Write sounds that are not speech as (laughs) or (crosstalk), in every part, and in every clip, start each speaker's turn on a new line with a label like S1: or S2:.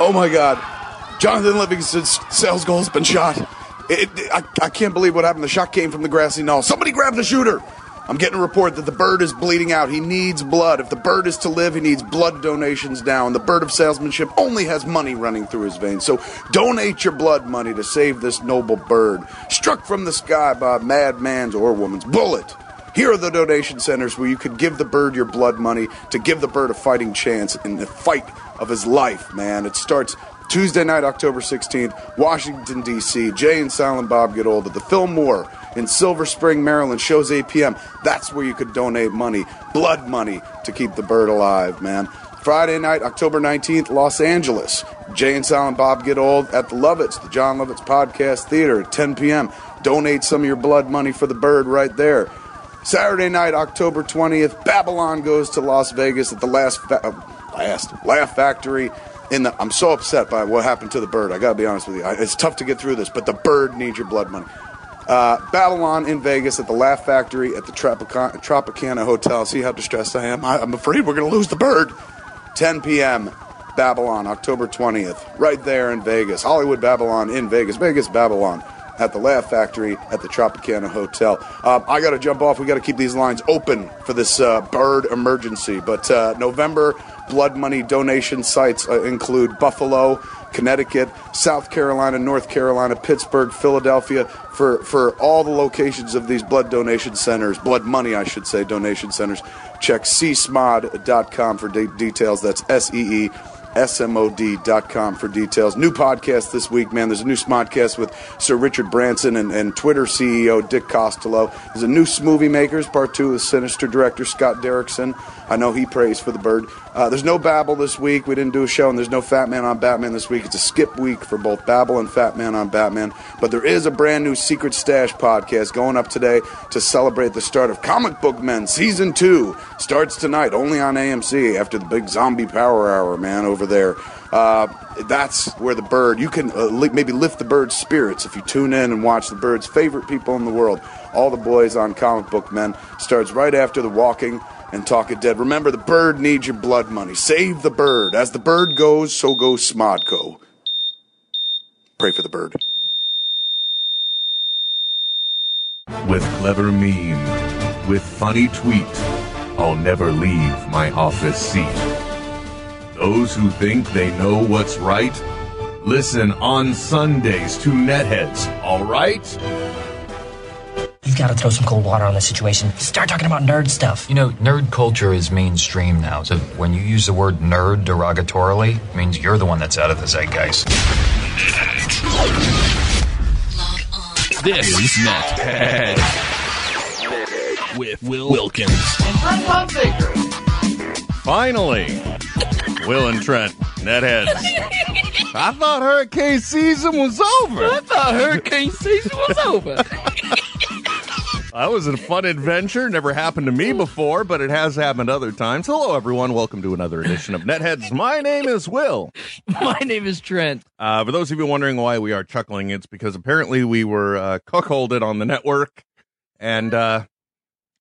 S1: Oh my God. Jonathan Livingston's sales goal has been shot. It, it- I, I can't believe what happened. The shot came from the grassy knoll. Somebody grab the shooter. I'm getting a report that the bird is bleeding out. He needs blood. If the bird is to live, he needs blood donations now. And the bird of salesmanship only has money running through his veins. So donate your blood money to save this noble bird, struck from the sky by a madman's or woman's bullet. Here are the donation centers where you could give the bird your blood money to give the bird a fighting chance in the fight of his life, man. It starts Tuesday night, October 16th, Washington, D.C. Jay and Silent Bob Get Old at the Fillmore in Silver Spring, Maryland. Shows 8 p.m. That's where you could donate money, blood money, to keep the bird alive, man. Friday night, October 19th, Los Angeles. Jay and Silent Bob Get Old at the Lovitz, the John Lovitz Podcast Theater at 10 p.m. Donate some of your blood money for the bird right there. Saturday night, October 20th, Babylon goes to Las Vegas at the last fa- uh, last Laugh Factory. In the, I'm so upset by what happened to the bird. I gotta be honest with you. I, it's tough to get through this, but the bird needs your blood money. Uh, Babylon in Vegas at the Laugh Factory at the Tropicana, Tropicana Hotel. See how distressed I am? I, I'm afraid we're gonna lose the bird. 10 p.m. Babylon, October 20th, right there in Vegas. Hollywood Babylon in Vegas. Vegas Babylon at the Laugh Factory at the Tropicana Hotel. Um, I got to jump off. We got to keep these lines open for this uh, bird emergency. But uh, November blood money donation sites uh, include Buffalo, Connecticut, South Carolina, North Carolina, Pittsburgh, Philadelphia. For, for all the locations of these blood donation centers, blood money, I should say, donation centers, check csmod.com for de- details. That's S E E smod.com for details. New podcast this week, man. There's a new Smodcast with Sir Richard Branson and, and Twitter E CEO Dick Costolo. There's a new Smoothie Makers, part two with Sinister director Scott Derrickson. I know he prays for the bird. Uh, there's no Babel this week. We didn't do a show, and there's no Fat Man on Batman this week. It's a skip week for both Babel and Fat Man on Batman. But there is a brand new Secret Stash podcast going up today to celebrate the start of Comic Book Men Season 2. Starts tonight, only on AMC after the big zombie power hour, man, over there. Uh, that's where the bird, you can uh, li- maybe lift the bird's spirits if you tune in and watch the bird's favorite people in the world. All the boys on Comic Book Men starts right after the walking and talk it dead. Remember, the bird needs your blood money. Save the bird. As the bird goes, so goes Smodco. Pray for the bird.
S2: With clever meme, with funny tweet, I'll never leave my office seat. Those who think they know what's right, listen on Sundays to Netheads, alright?
S3: You've got to throw some cold water on this situation. Start talking about nerd stuff.
S4: You know, nerd culture is mainstream now. So when you use the word nerd derogatorily, it means you're the one that's out of the zeitgeist.
S5: Log on.
S6: This is not bad. With Will Wilkins.
S7: Finally, Will and Trent, netheads. I thought hurricane season was over.
S8: thought hurricane season was over.
S7: That was a fun adventure. Never happened to me before, but it has happened other times. Hello, everyone. Welcome to another edition of Netheads. My name is Will.
S8: (laughs) My name is Trent.
S7: Uh, for those of you wondering why we are chuckling, it's because apparently we were uh, cuckolded on the network, and uh,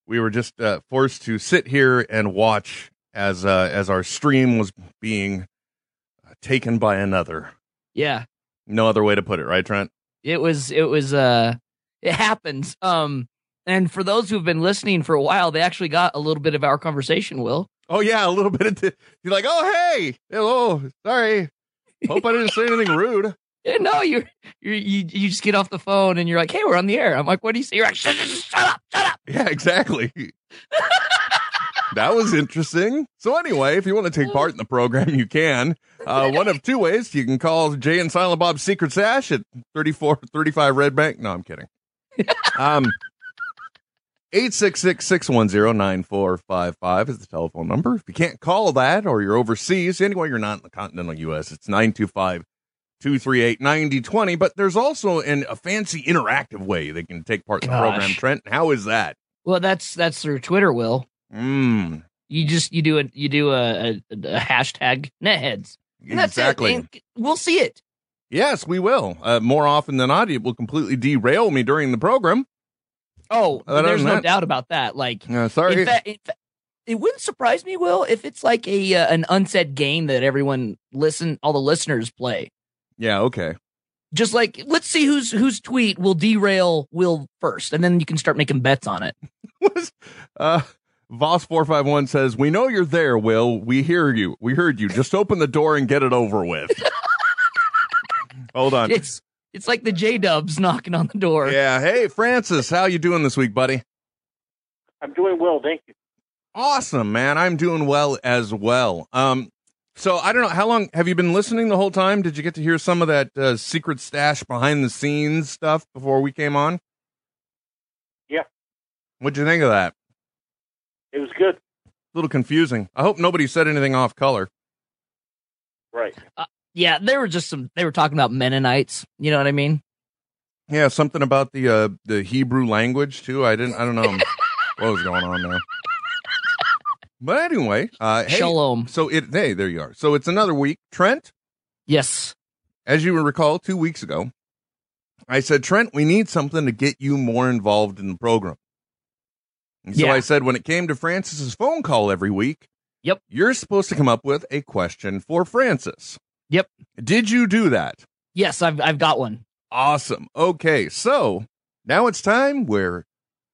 S7: we were just uh, forced to sit here and watch as uh, as our stream was being uh, taken by another.
S8: Yeah,
S7: No other way to put it, right, Trent?
S8: it was. It was. Uh, it happens. Um, and for those who've been listening for a while, they actually got a little bit of our conversation. Will
S7: Oh yeah, a little bit. Of t- you're like, oh hey, hello, sorry. Hope I didn't say anything rude.
S8: yeah, no, you you you you just get off the phone and you're like, hey, we're on the air. I'm like, what do you say? You're like, shut, shut, shut up, shut up.
S7: Yeah, exactly. that was interesting. So anyway, if you want to take part in the program, you can. Uh, one of two ways. You can call Jay and Silent Bob's Secret Sash at 34, 35 Red Bank. No, I'm kidding. Um, 866-610-9455 is the telephone number. If you can't call that or you're overseas, anywhere you're not in the continental U.S., it's 925 238 9020. But there's also an, a fancy interactive way they can take part in the program,
S8: Gosh.
S7: Trent. How is that?
S8: Well, that's that's through Twitter. Will
S7: Mm,
S8: you just you do a you do a, a, a hashtag netheads. And that's it.
S7: exactly.
S8: And We'll see it.
S7: yes, we will. Uh, more often than not, it will completely derail me during the program.
S8: Oh,
S7: Other
S8: there's
S7: than
S8: no
S7: that-
S8: doubt about that. Like,
S7: Uh, sorry.
S8: In fact, in fa- it wouldn't surprise me, Will, if it's like a uh, an unsaid game that everyone listen, all the listeners play.
S7: Yeah, okay.
S8: Just like let's see whose whose tweet will derail Will first, and then you can start making bets on it.
S7: was uh Voss four five one says, "We know you're there, Will. We hear you. We heard you. Just open the door and get it over
S8: (laughs)
S7: with." Hold on.
S8: It's it's like the J Dubs knocking on the door.
S7: Yeah. Hey, Francis, how you doing this week, buddy?
S9: I'm doing well, thank you.
S7: Awesome, man. I'm doing well as well. Um, so I don't know how long have you been listening the whole time? Did you get to hear some of that uh, secret stash behind the scenes stuff before we came on?
S9: Yeah.
S7: What'd you think of that?
S9: It was good.
S7: A little confusing. I hope nobody said anything off color.
S9: Right.
S8: Yeah, they were just some. They were talking about Mennonites. You know what I mean?
S7: Yeah, something about the uh the Hebrew language too. I didn't. I don't
S9: (laughs)
S7: know what was going on there. But anyway, uh, hey,
S8: Shalom.
S7: So it hey, there you are. So it's another week. Trent,
S8: Yes.
S7: as you will recall, two weeks ago, I said, Trent, we need something to get you more involved in the program. And so
S8: Yeah.
S7: I said, when it came to Francis's phone call every week,
S8: Yep.
S7: you're supposed to come up with a question for Francis.
S8: Yep.
S7: Did you do that?
S8: Yes, I've I've got one.
S7: Awesome. Okay, so now it's time where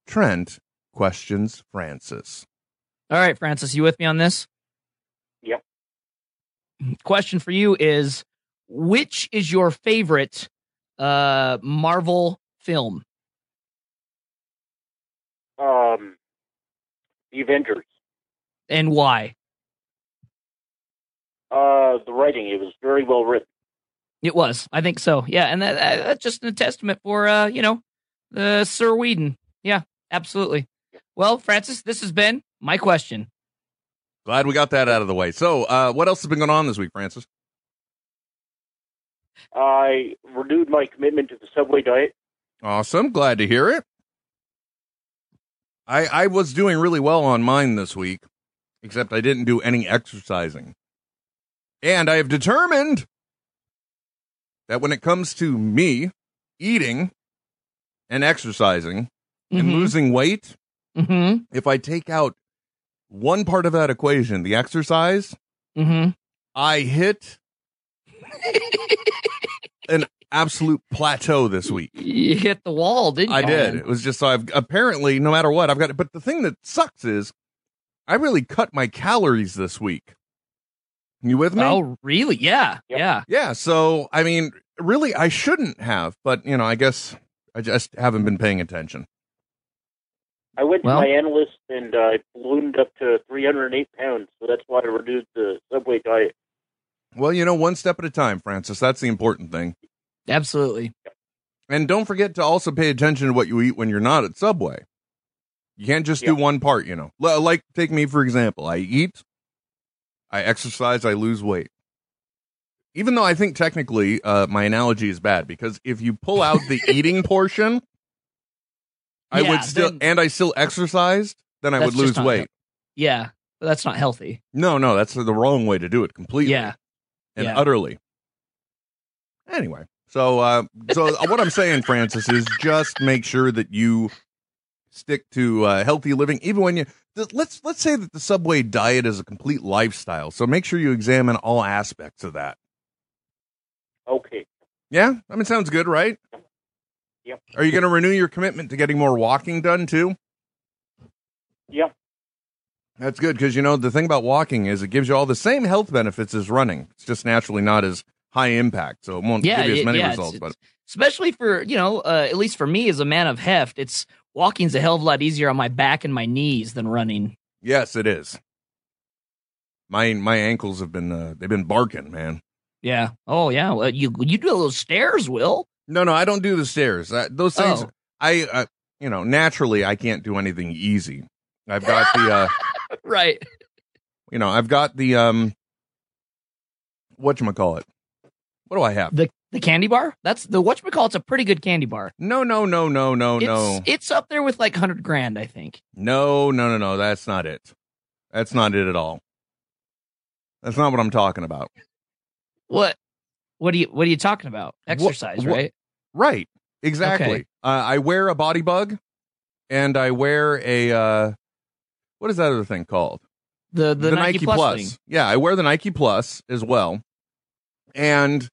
S7: Trent questions Francis.
S8: All right, Francis, you with me on this?
S9: Yep.
S8: Question for you is which is your favorite uh Marvel film?
S9: Um, the Avengers.
S8: And why?
S9: Uh, the writing. It was very well written.
S8: It was. I think so. Yeah, and that, that- that's just a testament for uh, you know, uh, Sir Whedon. Yeah, absolutely. Well, Francis, this has been my question.
S7: Glad we got that out of the way. So, uh, what else has been going on this week, Francis?
S9: I renewed my commitment to the Subway diet.
S7: Awesome. Glad to hear it. I I was doing really well on mine this week, except I didn't do any exercising. And I have determined that when it comes to me eating and exercising and losing weight,
S8: Mm-hmm.
S7: if I take out one part of that equation, the exercise,
S8: Mm-hmm.
S7: I hit an absolute plateau this week.
S8: You hit the wall, didn't you? Oh.
S7: I did. It was just so I've apparently no matter what I've got. But the thing that sucks is I really cut my calories this week. You with me?
S8: Oh, really? Yeah.
S9: Yep.
S8: Yeah.
S7: Yeah. So I mean, really, I shouldn't have, but you know, I guess I just haven't been paying attention.
S9: I went
S8: Well-
S9: to my analyst and I ballooned up to 308 pounds, so that's why I renewed the Subway diet.
S7: Well, you know, one step at a time, Francis. That's the important thing.
S8: Absolutely.
S7: And don't forget to also pay attention to what you eat when you're not at Subway. You can't just do
S9: Yeah.
S7: one part, you know. L- Like, take me for example. I eat, I exercise, I lose weight. Even though I think technically uh, my analogy is bad because if you pull out
S8: (laughs)
S7: the eating portion, I
S8: Yeah,
S7: would still,
S8: then-
S7: and I still exercised, then I
S8: That's
S7: would
S8: just
S7: lose
S8: not
S7: weight.
S8: Yeah. But that's not healthy.
S7: No, no, that's the wrong way to do it completely
S8: Yeah.
S7: and
S8: yeah.
S7: utterly. Anyway, so uh, so what I'm saying, Francis, is just make sure that you stick to uh, healthy living, even when you th- let's let's say that the subway diet is a complete lifestyle. So make sure you examine all aspects of that.
S9: Okay.
S7: Yeah, I mean, sounds good, right?
S9: Yep.
S7: Are you going to renew your commitment to getting more walking done too?
S9: Yep.
S7: That's good because you know the thing about walking is it gives you all the same health benefits as running. It's just naturally not as high impact, so it won't
S8: Yeah,
S7: give you as
S8: yeah,
S7: many
S8: yeah, it's-
S7: results. But
S8: Especially for, you know, uh, at least for me as a man of heft, it's walking's a hell of a lot easier on my back and my knees than running.
S7: Yes, it is. My my ankles have been uh, they've been barking, man.
S8: Yeah. Oh, yeah. Well, you you do those stairs, Will. (laughs)
S7: No, no, I don't do the stairs. I, those things,
S8: Oh.
S7: I, uh, you know, naturally I can't do anything easy. I've got the, uh,
S8: Right.
S7: you know, I've got the um, what you call it? What do I have?
S8: The the candy bar? That's the whatchamacallit, it's a pretty good candy bar.
S7: No, no, no, no, no, Oh,
S8: it's,
S7: no,
S8: It's up there with like 100 grand, I think.
S7: no, no, no, no. That's not it. That's not it at all. That's not what I'm talking about.
S8: What? What are you what are you talking about? Exercise,
S7: what-
S8: right?
S7: Right. Exactly.
S8: Okay.
S7: Uh, I wear a body bug and I wear a uh What is that other thing called?
S8: The the, Nike, Plus, thing.
S7: Yeah, I wear the Nike Plus as well. And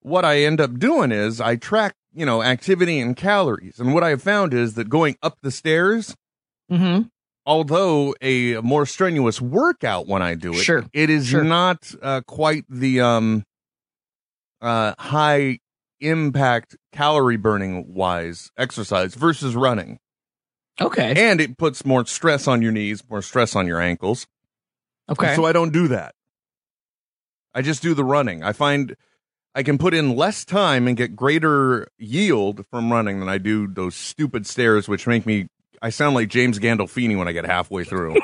S7: what I end up doing is I track, you know, activity and calories. And what I have found is that going up the stairs,
S8: Mm-hmm.
S7: although a more strenuous workout when I do it,
S8: Sure.
S7: it is
S8: Sure.
S7: not uh, quite the um uh high impact calorie burning wise exercise versus running.
S8: Okay.
S7: And it puts more stress on your knees, more stress on your ankles.
S8: Okay.
S7: So I don't do that. I just do the running. I find I can put in less time and get greater yield from running than I do those stupid stairs, which make me I sound like James Gandolfini when I get halfway
S8: (laughs)
S7: through.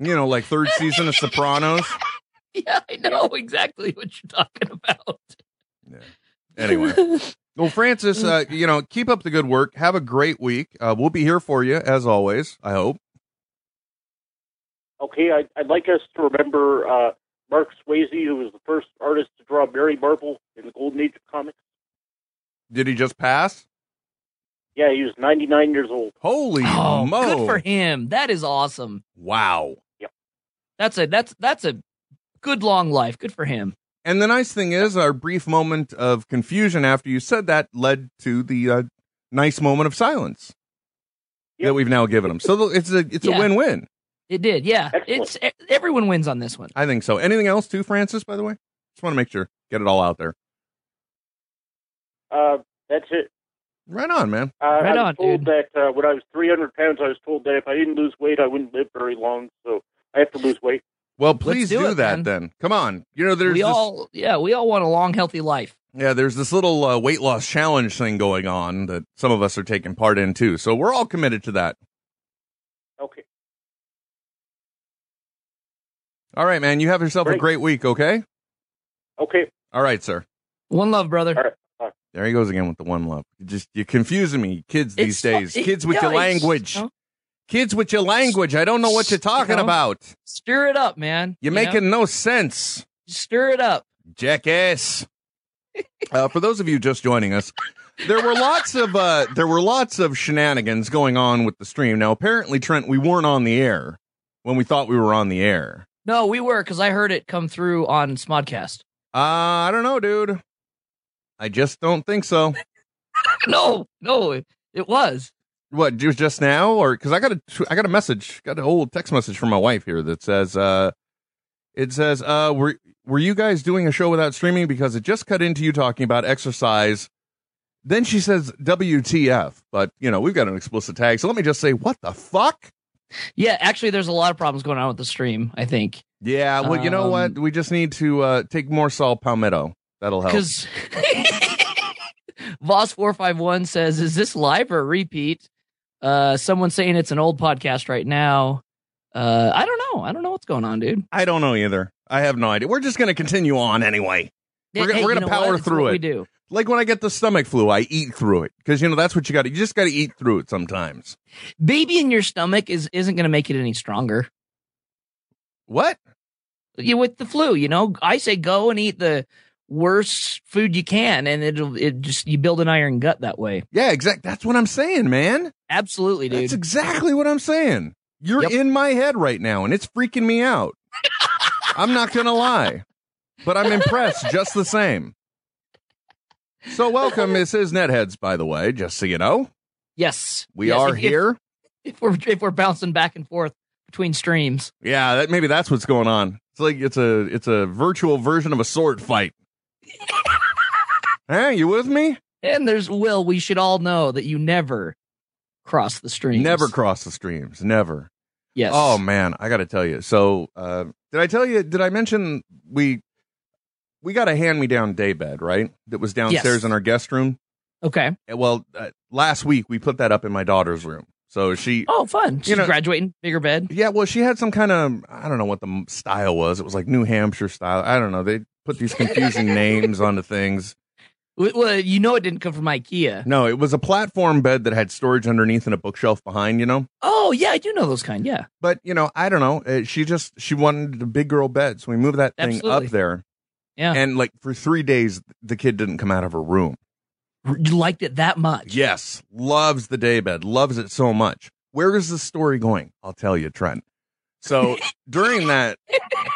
S7: you know, like third season of Sopranos.
S8: (laughs) yeah, I know exactly what you're talking about.
S7: Anyway. Well, Francis, uh, you know, keep up the good work. Have a great week. Uh, we'll be here for you as always. I hope.
S9: Okay, I'd, I'd like us to remember uh, Mark Swayze, who was the first artist to draw Mary Marple in the Golden Age of comics.
S7: Did he just pass?
S9: Yeah, he was 99 years old.
S7: Holy
S8: oh,
S7: mo!
S8: good for him. That is awesome.
S7: Wow.
S8: That's a that's that's a good long life. Good for him.
S7: And the nice thing is, our brief moment of confusion after you said that led to the uh, nice moment of silence
S9: Yep.
S7: that we've now given him. So it's a it's a
S8: Yeah.
S7: win win.
S8: It did. Yeah.
S9: Excellent.
S8: It's e- everyone wins on this one.
S7: I think so. Anything else too, Francis? By the way, just want to make sure get it all out there.
S9: Uh, that's it.
S7: Right on, man.
S9: Uh,
S8: Right
S9: I was
S8: on,
S9: told
S8: dude.
S9: that uh, when I was 300 pounds, I was told that if I didn't lose weight, I wouldn't live very long. So I have to lose weight.
S7: Well, please
S8: do
S7: do,
S8: it,
S7: that
S8: man.
S7: then. Come on. You know, there's
S8: we
S7: this,
S8: all yeah, we all want a long healthy life.
S7: yeah, there's this little uh, weight loss challenge thing going on that some of us are taking part in too. So we're all committed to that.
S9: Okay.
S7: All right, man. You have yourself a
S9: Great.
S7: great week. Okay.
S9: Okay.
S7: All right, sir.
S8: One love, brother.
S9: All right.
S7: There he goes again with the one love. You Just you're confusing me, kids these
S8: It's-
S7: days.
S8: (laughs) it-
S7: kids with
S8: no,
S7: your
S8: it's-
S7: language.
S8: you know,
S7: Kids with your language. I don't know what you're talking
S8: You know?
S7: about.
S8: stir it up, man.
S7: You're
S8: You know?
S7: making no sense,
S8: stir it up. (laughs)
S7: jackass. uh, for those of you just joining us, there were lots of uh, there were lots of shenanigans going on with the stream. Now, apparently, Trent, we weren't on the air when we thought we were on the air.
S8: No, we were because I heard it come through on Smodcast. (laughs)
S7: Uh, I don't know, dude. I just don't think so.
S8: no, no, it, it was.
S7: What ju- just now, or because I got a tw- I got a message, got an old text message from my wife here that says, uh, "It says, uh, were were you guys doing a show without streaming because it just cut into you talking about exercise." Then she says, "WTF?" But you know we've got an explicit tag, so let me just say, "What the fuck?"
S8: Yeah, actually, there's a lot of problems going on with the stream. I think
S7: Yeah, well, you know what? We just need to uh, take more Sol Palmetto. That'll help.
S8: because (laughs) Voss four five one says, "Is this live or a repeat?" Uh, someone saying it's an old podcast right now. Uh, I don't know. I don't know what's going on, dude.
S7: I don't know either. I have no idea. We're just going to continue on anyway. We're gonna-
S8: Hey,
S7: we're
S8: you
S7: gonna
S8: know what?
S7: power
S8: It's
S7: through
S8: what
S7: it.
S8: We do.
S7: Like when I get the stomach flu, I eat through it because you know that's what you got. to You just got to eat through it sometimes.
S8: Baby in your stomach is isn't going to make it any stronger.
S7: What?
S8: you with the flu. You know, I say go and eat the worst food you can, and it'll it just you build an iron gut that way.
S7: Yeah, exact. That's what I'm saying, man.
S8: Absolutely,
S7: That's
S8: dude.
S7: exactly what I'm saying. You're
S8: Yep.
S7: in my head right now, and it's freaking me out. I'm not gonna lie, but I'm impressed just the same. So welcome, this is Netheads, by the way, just so you know.
S8: yes,
S7: We
S8: Yes,
S7: are
S8: (laughs) if- if-
S7: here.
S8: If, we're if we're bouncing back and forth between streams,
S7: Yeah, that maybe that's what's going on. It's like it's a it's a virtual version of a sword
S8: (laughs)
S7: fight. hey, you with me?
S8: and there's Will, we should all know that you never cross the streams.
S7: Never cross the streams. Never.
S8: Yes.
S7: Oh man, I got to tell you. So, uh, did I tell you? Did I mention we we got a hand me down daybed right that was downstairs
S8: Yes.
S7: in our guest room?
S8: okay.
S7: Uh, Well, uh, last week we put that up in my daughter's room. So she,
S8: Oh, fun. She's
S7: know-
S8: graduating. Bigger bed.
S7: yeah, well, she had some kind of I don't know what the m- style was. It was like New Hampshire style. I don't know. They put these
S8: (laughs)
S7: confusing names onto things.
S8: W- Well, you know it didn't come from IKEA.
S7: No, it was a platform bed that had storage underneath and a bookshelf behind. You know.
S8: Oh yeah, I do know those kind. Yeah.
S7: But you know, I don't know. Uh, She just she wanted a big girl bed, so we moved that thing
S8: Absolutely.
S7: up there.
S8: Yeah.
S7: And like for three days, the kid didn't come out of her room.
S8: You liked it that much.
S7: Yes, loves the day bed, loves it so much. where is the story going? I'll tell you, Trent.
S8: (laughs)
S7: So during that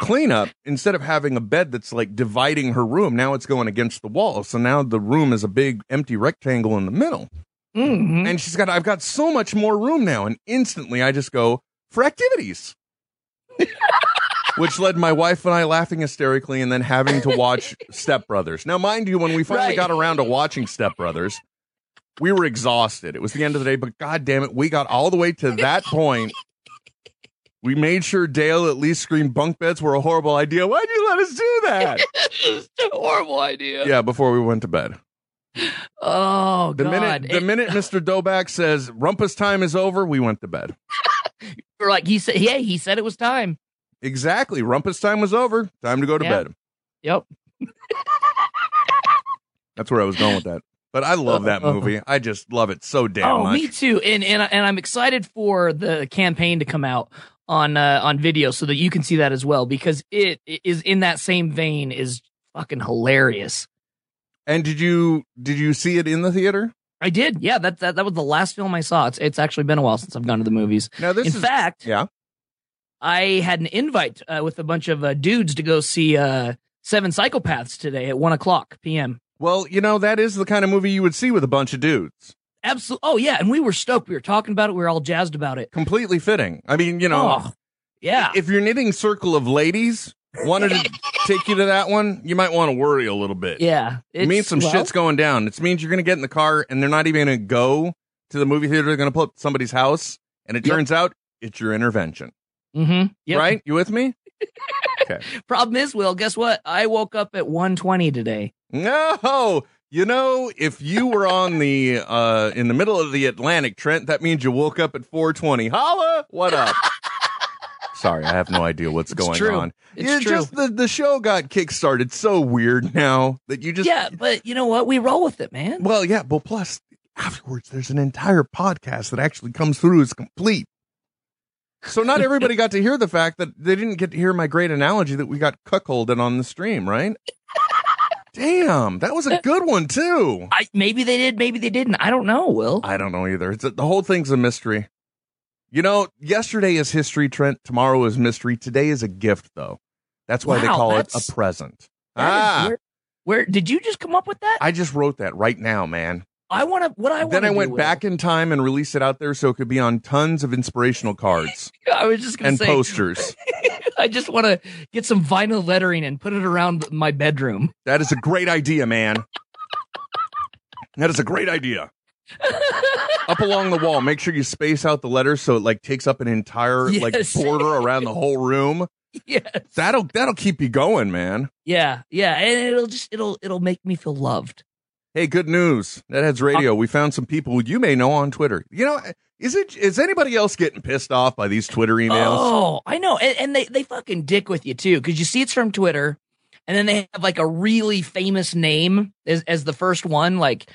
S7: cleanup, instead of having a bed that's like dividing her room, now it's going against the wall. So now the room is a big empty rectangle in the middle.
S8: (laughs) Mhm.
S7: And she's got, I've got so much more room now. And instantly I just go for
S8: (laughs)
S7: activities, which led my wife and I laughing hysterically and then having to
S8: (laughs)
S7: watch Step Brothers. Now, mind you, when we finally
S8: Right.
S7: got around to watching Step Brothers, we were exhausted. It was the end of the day, but God damn it, we got all the way to that point. We made sure Dale at least screamed bunk beds were a horrible idea. Why'd you let us do
S8: (laughs)
S7: that?
S8: It's a horrible idea.
S7: yeah, before we went to bed.
S8: Oh,
S7: The
S8: God.
S7: minute the
S8: It-
S7: minute
S8: (laughs)
S7: Mr. Doback says rumpus time is over, we went to bed.
S8: or like he said, yeah, he said it was time.
S7: Exactly. Rumpus time was over. Time to go to
S8: Yeah.
S7: bed.
S8: Yep.
S7: That's where I was going with that. But I love that
S8: Uh, uh,
S7: movie. I just love it so damn
S8: oh,
S7: much.
S8: me too. And and and I'm excited for the campaign to come out on uh, on video so that you can see that as well because it is in that same vein is fucking hilarious.
S7: And did you did you see it in the theater?
S8: I did. Yeah, that that, that was the last film I saw. It's it's actually been a while since I've gone to the movies.
S7: Now this
S8: in
S7: is
S8: fact,
S7: yeah.
S8: I had an invite uh, with a bunch of uh, dudes to go see uh, Seven Psychopaths today at one o'clock p.m.
S7: Well, you know that is the kind of movie you would see with a bunch of dudes.
S8: Absolutely. Oh yeah, and we were stoked. We were talking about it. We were all jazzed about it.
S7: Completely fitting. I mean, you know,
S8: Oh, yeah.
S7: if your knitting circle of ladies wanted to take you to that one, you might want to worry a little bit.
S8: yeah.
S7: It means
S8: it's-
S7: some
S8: well,
S7: shit's going down. It means you're going to get in the car and they're not even going to go to the movie theater. They're going to pull up to somebody's house. And it
S8: Yep.
S7: turns out it's your intervention.
S8: mhm, yep.
S7: Right? You with me?
S8: Problem is, Will, guess what? I woke up at 1.20 today.
S7: No. You know, if you were on the uh in the middle of the Atlantic, Trent, that means you woke up at 420. Holla, what
S8: (laughs)
S7: up? Sorry, I have no idea what's
S8: It's
S7: going
S8: true.
S7: on.
S8: It's
S7: Yeah,
S8: true.
S7: just the, the show got kickstarted so weird now that you just
S8: yeah, but you know what? We roll with it, man.
S7: Well, yeah, but plus afterwards there's an entire podcast that actually comes through as complete. So not everybody got to hear the fact that they didn't get to hear my great analogy that we got cuckolded on the stream, right? Damn, that was a good one too.
S8: I, maybe they did, maybe they didn't. I don't know, Will.
S7: I don't know either. It's the whole thing's a mystery. You know, yesterday is history, Trent. Tomorrow is mystery. Today is a gift, though. That's why they
S8: Wow,
S7: call it
S8: that's-
S7: a present.
S8: That is
S7: Ah,
S8: weird. where did you just come up with that?
S7: I just wrote that right now, man.
S8: I, want to. What I
S7: then
S8: wanna
S7: I
S8: do,
S7: went
S8: Will-
S7: back in time and released it out there so it could be on tons of inspirational
S8: (laughs)
S7: cards
S8: (laughs) I was just gonna
S7: and
S8: say.
S7: posters.
S8: (laughs) I just want to get some vinyl lettering and put it around my bedroom. (laughs)
S7: That is a great idea, man. That is a great idea. Up along the wall, make sure you space out the letters so it like takes up an
S8: (laughs)
S7: entire like
S8: Yes.
S7: border around the whole room.
S8: yes.
S7: That'll that'll keep you going, man.
S8: Yeah. Yeah. And it'll just it'll it'll make me feel loved.
S7: Hey, good news. Netheads
S8: Uh-huh.
S7: Radio, we found some people you may know on Twitter. You know, is it is anybody else getting pissed off by these Twitter emails?
S8: Oh, I know. And, and they, they fucking dick with you too, because you see it's from Twitter, and then they have like a really famous name as, as the first one. Like,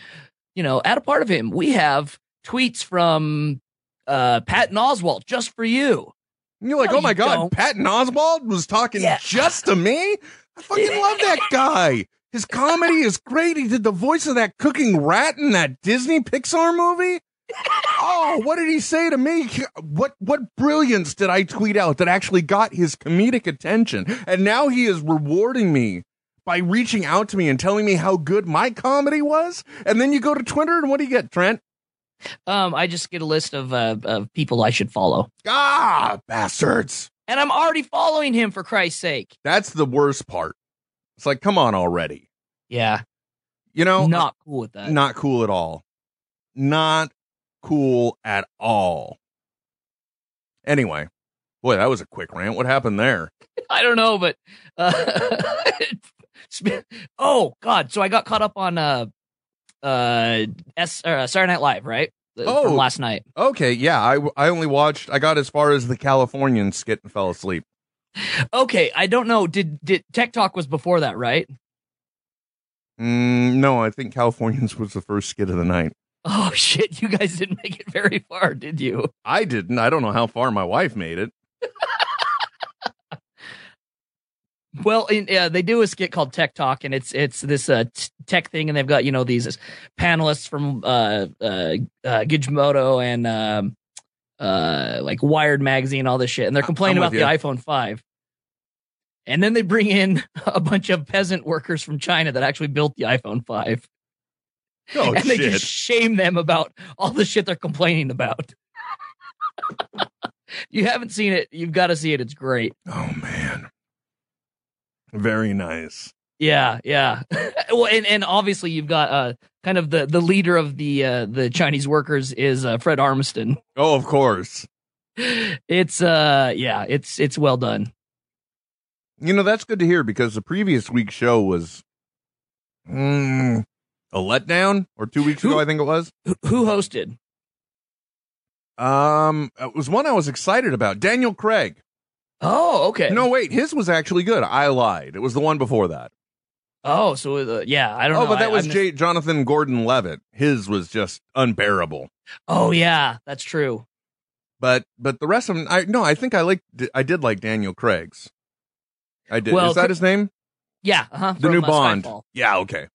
S8: you know, at a part of him, we have tweets from uh, Patton Oswalt just for you.
S7: And you're like,
S8: No,
S7: oh my
S8: you
S7: God,
S8: don't.
S7: Patton Oswald was talking
S8: Yeah.
S7: just to me? I
S8: (laughs)
S7: fucking love that guy. His comedy is great. He did the voice of that cooking rat in that Disney Pixar movie. Oh, what did he say to me? What what brilliance did I tweet out that actually got his comedic attention? And now he is rewarding me by reaching out to me and telling me how good my comedy was. And then you go to Twitter and what do you get, Trent?
S8: Um, I just get a list of uh, of people I should follow,
S7: Ah, bastards.
S8: and I'm already following him for Christ's sake.
S7: That's the worst part. It's like, come on already.
S8: Yeah,
S7: You know,
S8: not cool with that.
S7: not cool at all. Not cool at all. Anyway, boy, that was a quick rant. What happened there?
S8: (laughs) I don't know, but uh, (laughs) sp- oh god! So I got caught up on uh uh, S- or, uh Saturday Night Live, right? Uh,
S7: Oh.
S8: from last night.
S7: Okay, yeah, I, I only watched, I got as far as the Californian skit and fell asleep.
S8: Okay, I don't know. Did did Tech Talk was before that, right?
S7: Mm, no, I think Californians was the first skit of the night.
S8: Oh (laughs) shit! You guys didn't make it very far, did you?
S7: I didn't. I don't know how far my wife made
S8: (laughs)
S7: it.
S8: Well, in, uh, they do a skit called Tech Talk, and it's it's this uh, t- tech thing, and they've got you know these panelists from uh, uh, uh, Gizmodo and um, uh, like Wired magazine, all this shit, and they're complaining
S7: I'm
S8: about
S7: with
S8: the iPhone five. And then they bring in (laughs) a bunch of peasant workers from China that actually built the iPhone five,
S7: Oh
S8: and they
S7: shit!
S8: just shame them about all the shit they're complaining about. (laughs) you haven't seen it, you've got to see it. It's great.
S7: Oh man, very nice.
S8: Yeah, yeah. (laughs) well, and, and obviously you've got uh kind of the the leader of the uh the Chinese workers is uh, Fred Armiston. (laughs)
S7: Oh, of course.
S8: It's uh yeah, it's it's well done.
S7: You know that's good to hear because the previous week's show was mm, a letdown, or two weeks ago,
S8: Who-
S7: I think it was.
S8: Who, who hosted?
S7: Um, it was one I was excited about. Daniel Craig.
S8: Oh, okay.
S7: No, wait, his was actually good. I lied. It was the one before that.
S8: Oh, so uh, yeah, I don't
S7: Oh,
S8: know.
S7: but that
S8: I-
S7: was
S8: I missed-
S7: J- Jonathan Gordon Levitt. His was just unbearable.
S8: Oh yeah, that's true.
S7: But but the rest of them, I no, I think I like. I did like Daniel Craig's. I did.
S8: Well,
S7: Is that
S8: Cr-
S7: his name?
S8: Yeah, uh-huh,
S7: The
S8: from,
S7: new
S8: uh,
S7: Bond.
S8: Skyfall.
S7: Yeah. Okay.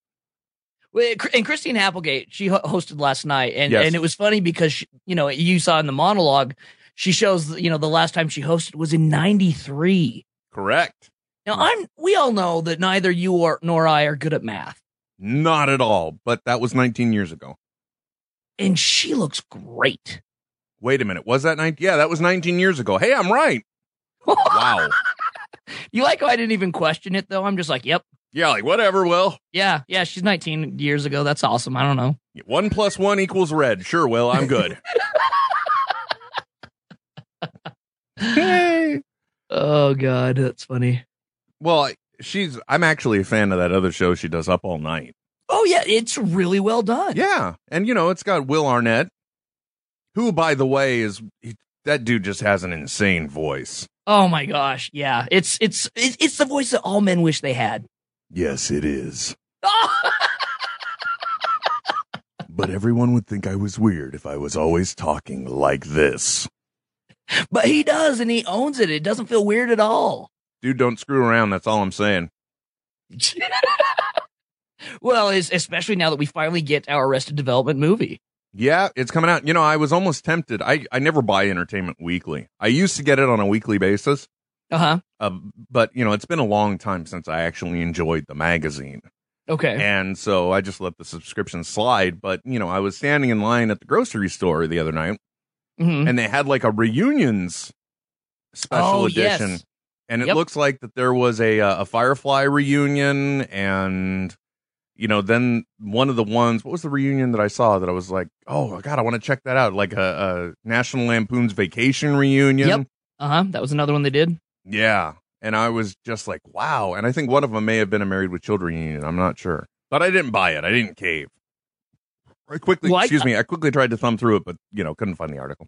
S8: Well, Chr- And Christine Applegate, she ho- hosted last night, and
S7: Yes.
S8: and it was funny because she, you know you saw in the monologue, she shows you know the last time she hosted was in '93.
S7: Correct.
S8: Now I'm we all know that neither you or nor I are good at math.
S7: Not at all. But that was 19 years ago.
S8: And she looks great.
S7: Wait a minute. Was that 19? Yeah, that was 19 years ago. Hey, I'm right. Wow.
S8: (laughs) you like how I didn't even question it though? I'm just like, yep.
S7: yeah. Like whatever. Well,
S8: Yeah, yeah, she's 19 years ago. That's awesome. I don't know.
S7: one plus one equals red. Sure. Well, I'm good. Yay.
S8: Oh god, that's funny.
S7: Well, I- she's. I'm actually a fan of that other show she does, Up All Night.
S8: Oh yeah, it's really well done.
S7: Yeah, and you know it's got Will Arnett, who, by the way, is he, that dude just has an insane voice.
S8: Oh my gosh. Yeah. It's it's it's it's the voice that all men wish they had. (laughs)
S7: Yes, it is. But everyone would think I was weird if I was always talking like this.
S8: but he does and he owns it. It doesn't feel weird at all. (laughs)
S7: Dude, don't screw around. That's all I'm saying.
S8: well, it's, especially now that we finally get our Arrested Development movie.
S7: Yeah, it's coming out. You know, I was almost tempted. I, I never buy Entertainment Weekly. I used to get it on a weekly basis,
S8: Uh-huh.
S7: uh, but you know, it's been a long time since I actually enjoyed the magazine.
S8: Okay.
S7: And so I just let the subscription slide. But, you know, I was standing in line at the grocery store the other night
S8: Mhm.
S7: and they had like a reunions special
S8: Oh,
S7: edition.
S8: yes.
S7: And it
S8: Yep.
S7: looks like that there was a, uh, a Firefly reunion and, you know, then one of the ones, what was the reunion that I saw that I was like, oh, God, I want to check that out. Like a, a National Lampoon's Vacation reunion.
S8: Yep. Uh-huh. That was another one they did.
S7: Yeah. And I was just like, wow. And I think one of them may have been a Married with Children union. I'm not sure. But I didn't buy it. I didn't cave. I quickly,
S8: Well, I-
S7: excuse me, I quickly tried to thumb through it, but, you know, couldn't find the
S8: (laughs)
S7: article.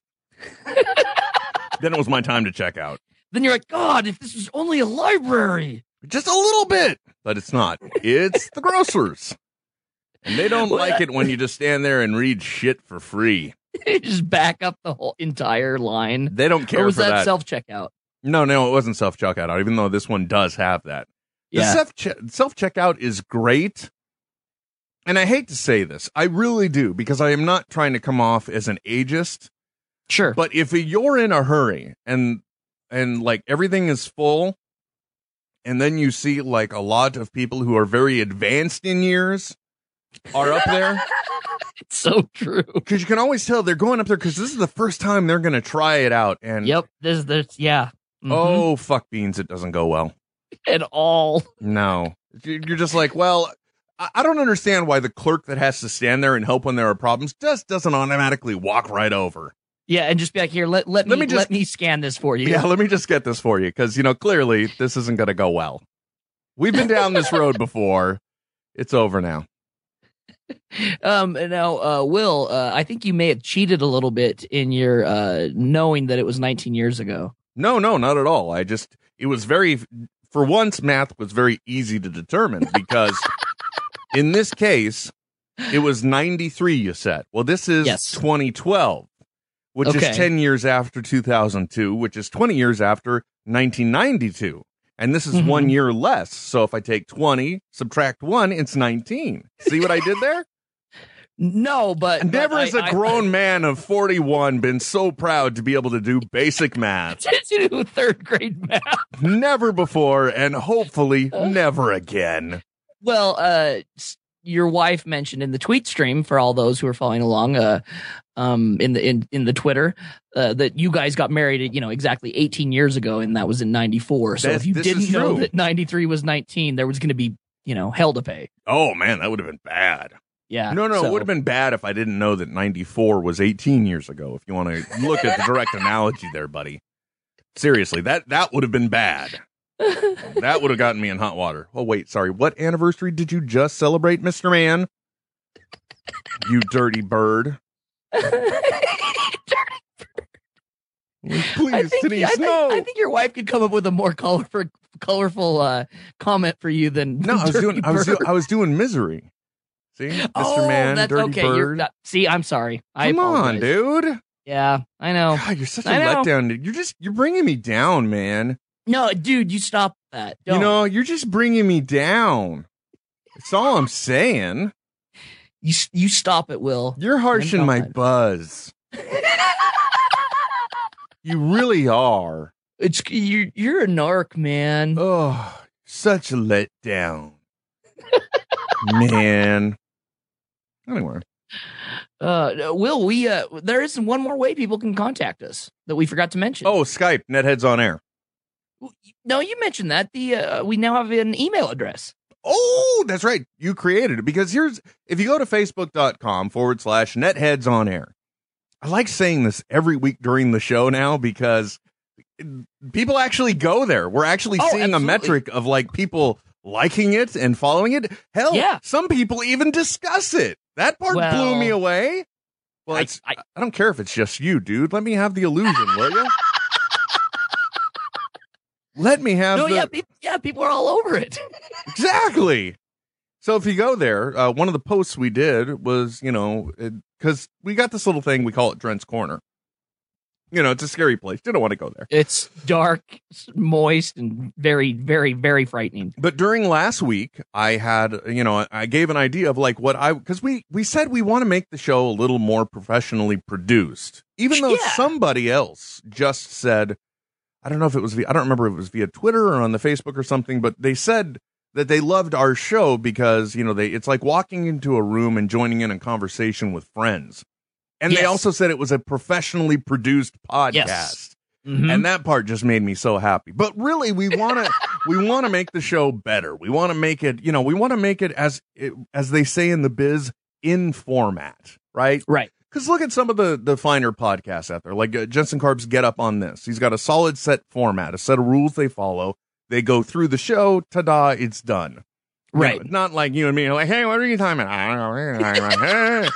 S7: then it was my time to check out.
S8: Then you're like, God, if this was only a library. (laughs)
S7: Just a little bit, but it's not. It's the grocers. And they don't like it when you just stand there and read shit for free.
S8: just back up the whole entire line.
S7: They don't care
S8: or was
S7: for
S8: that,
S7: that.
S8: self checkout?
S7: no, no, it wasn't self checkout, even though this one does have that. The
S8: Yeah.
S7: self self checkout is great. And I hate to say this, I really do, because I am not trying to come off as an ageist.
S8: Sure.
S7: But if you're in a hurry and and like everything is full, and then you see like a lot of people who are very advanced in years are up there,
S8: (laughs) it's so true.
S7: because you can always tell they're going up there because this is the first time they're going to try it out. And
S8: Yep. There's there's yeah. Mhm.
S7: oh fuck beans, it doesn't go well.
S8: At all.
S7: No, You- you're just like, well, I I don't understand why the clerk that has to stand there and help when there are problems just doesn't automatically walk right over.
S8: Yeah, and just be like, here, let, let,
S7: Let
S8: me,
S7: me just-
S8: let me scan this for you.
S7: Yeah, let me just get this for you because you know clearly this isn't going to go well. We've been down this road before. It's over now.
S8: Um now uh Will, uh, I think you may have cheated a little bit in your uh knowing that it was 19 years ago.
S7: No, no, not at all. I just it was very for once math was very easy to determine
S8: (laughs)
S7: because in this case it was 93 you said. Well, this is
S8: Yes.
S7: 2012, which
S8: Okay.
S7: is 10 years after 2002, which is 20 years after 1992. And this is
S8: Mhm.
S7: 1 year less. So if I take 20, subtract 1, it's 19. See what I did there?
S8: No, (laughs) but but
S7: Never
S8: I-
S7: has a
S8: I-
S7: grown man of 41 been so proud to be able to do basic math.
S8: (laughs) to do third grade math.
S7: Never before, and hopefully never again.
S8: Well, uh, s- your wife mentioned in the tweet stream for all those who are following along, uh, um, in the in, in the Twitter, uh, that you guys got married, you know, exactly 18 years ago, and that was in '94. So
S7: That-
S8: if you
S7: this is
S8: didn't know
S7: true.
S8: that '93 was 19, there was going to be, you know, hell to pay.
S7: Oh man, that would have been bad.
S8: Yeah.
S7: No, no,
S8: so-
S7: it
S8: (laughs)
S7: would have been bad if I didn't know that 94 was 18 years ago. If you want to look at the direct analogy there, buddy. Seriously, that that would have been bad. That would have gotten me in hot water. Oh wait, sorry. What anniversary did you just celebrate, Mr. Man? You dirty bird.
S8: I
S7: Please,
S8: think,
S7: Denise,
S8: I, think,
S7: no.
S8: I think your wife could come up with a more colorful, colorful uh, comment for you than
S7: no, I was
S8: Dirty
S7: doing I was doing,
S8: Bird.
S7: I was doing misery. See? Mr.
S8: Oh,
S7: Man,
S8: that's
S7: dirty
S8: okay. You're
S7: bird.
S8: not, see, I'm sorry. I
S7: Come on,
S8: apologize.
S7: dude.
S8: Yeah, I know.
S7: God, you're such a
S8: I know.
S7: letdown. dude. You're just you're bringing me down, man.
S8: No, dude, you stop that. Don't.
S7: You know, you're just bringing me down. That's all I'm saying.
S8: you s- you stop
S7: (laughs)
S8: it, Will.
S7: You're harshing my
S8: God.
S7: buzz. You really are.
S8: It's you. You're a narc, man.
S7: Oh, such a letdown. Man.
S8: (laughs)
S7: Anyway,
S8: Uh, Will, we uh, there is one more way people can contact us that we forgot to mention.
S7: oh, Skype, Netheads on Air.
S8: no, you mentioned that the uh, we now have an email address.
S7: Oh, that's right. You created it because here's if you go to facebook.com forward slash netheads on air. I like saying this every week during the show now because people actually go there. We're actually
S8: Oh,
S7: seeing a
S8: absolutely.
S7: metric of like people liking it and following it. Hell,
S8: Yeah.
S7: some people even discuss it. That part blew
S8: Well,
S7: me away. Well,
S8: I-
S7: it's, I, I don't care if it's just you, dude. Let me have the illusion, will
S8: (laughs)
S7: you? Let me have
S8: No,
S7: the,
S8: yeah, pe- yeah, people are all over it. (laughs)
S7: Exactly. So if you go there, uh, one of the posts we did was, you know, because we got this little thing we call it Drent's Corner. You know, it's a scary place. You don't want to go there.
S8: It's dark, s- moist, and very, very, very frightening.
S7: But during last week, I had, you know, I gave an idea of like what I because we we said we want to make the show a little more professionally produced, even though
S8: Yeah.
S7: somebody else just said, I don't know if it was via, I don't remember if it was via Twitter or on the Facebook or something, but they said that they loved our show because you know they it's like walking into a room and joining in a conversation with friends, and they
S8: Yes.
S7: also said it was a professionally produced podcast
S8: Mhm.
S7: and that part just made me so happy but really we want to we want to make the show better we want to make it you know we want to make it as it, as they say in the biz in format right
S8: right.
S7: because look at some of the the finer podcasts out there like uh, jensen carb's get up on this he's got a solid set format a set of rules they follow they go through the show ta-da it's done You
S8: Right.
S7: know, not like you and me like hey what are you talking about (laughs) I don't know.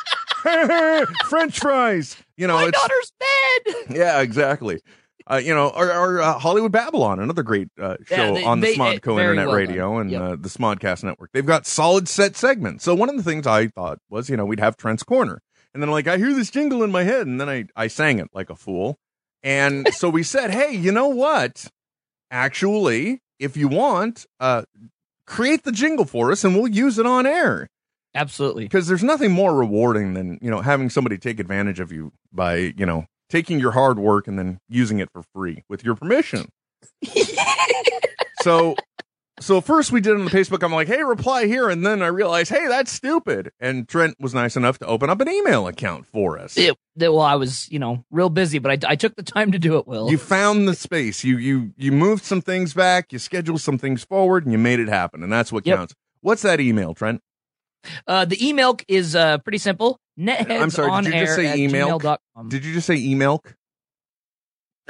S7: Hey, french fries you know
S8: My
S7: it's
S8: daughter's bed.
S7: yeah, exactly. Uh, you know, or, or uh, Hollywood Babylon, another great uh, show
S8: Yeah, they-
S7: on the
S8: they-
S7: Smodco
S8: it- very
S7: Internet
S8: well
S7: Radio
S8: done.
S7: and
S8: Yep.
S7: uh, the Smodcast Network. They've got solid set segments. So one of the things I thought was, you know, we'd have Trent's Corner, and then like I hear this jingle in my head, and then I I sang it like a fool, and
S8: (laughs)
S7: so we said, hey, you know what? Actually, if you want, uh, create the jingle for us, and we'll use it on air
S8: Absolutely.
S7: because there's nothing more rewarding than you know having somebody take advantage of you by you know taking your hard work and then using it for free with your permission so so first we did it on the facebook i'm like hey reply here and then i realized hey that's stupid and trent was nice enough to open up an email account for us
S8: It, that- well, I was, you know, real busy, but I, I took the time to do it, Will.
S7: you found the space you you you moved some things back you scheduled some things forward and you made it happen and that's what
S8: Yep.
S7: counts what's that email trent
S8: uh, the email is uh, pretty simple. Netheads
S7: I'm sorry,
S8: on
S7: did you just
S8: air
S7: say
S8: at
S7: email?
S8: gmail.com.
S7: did you just say email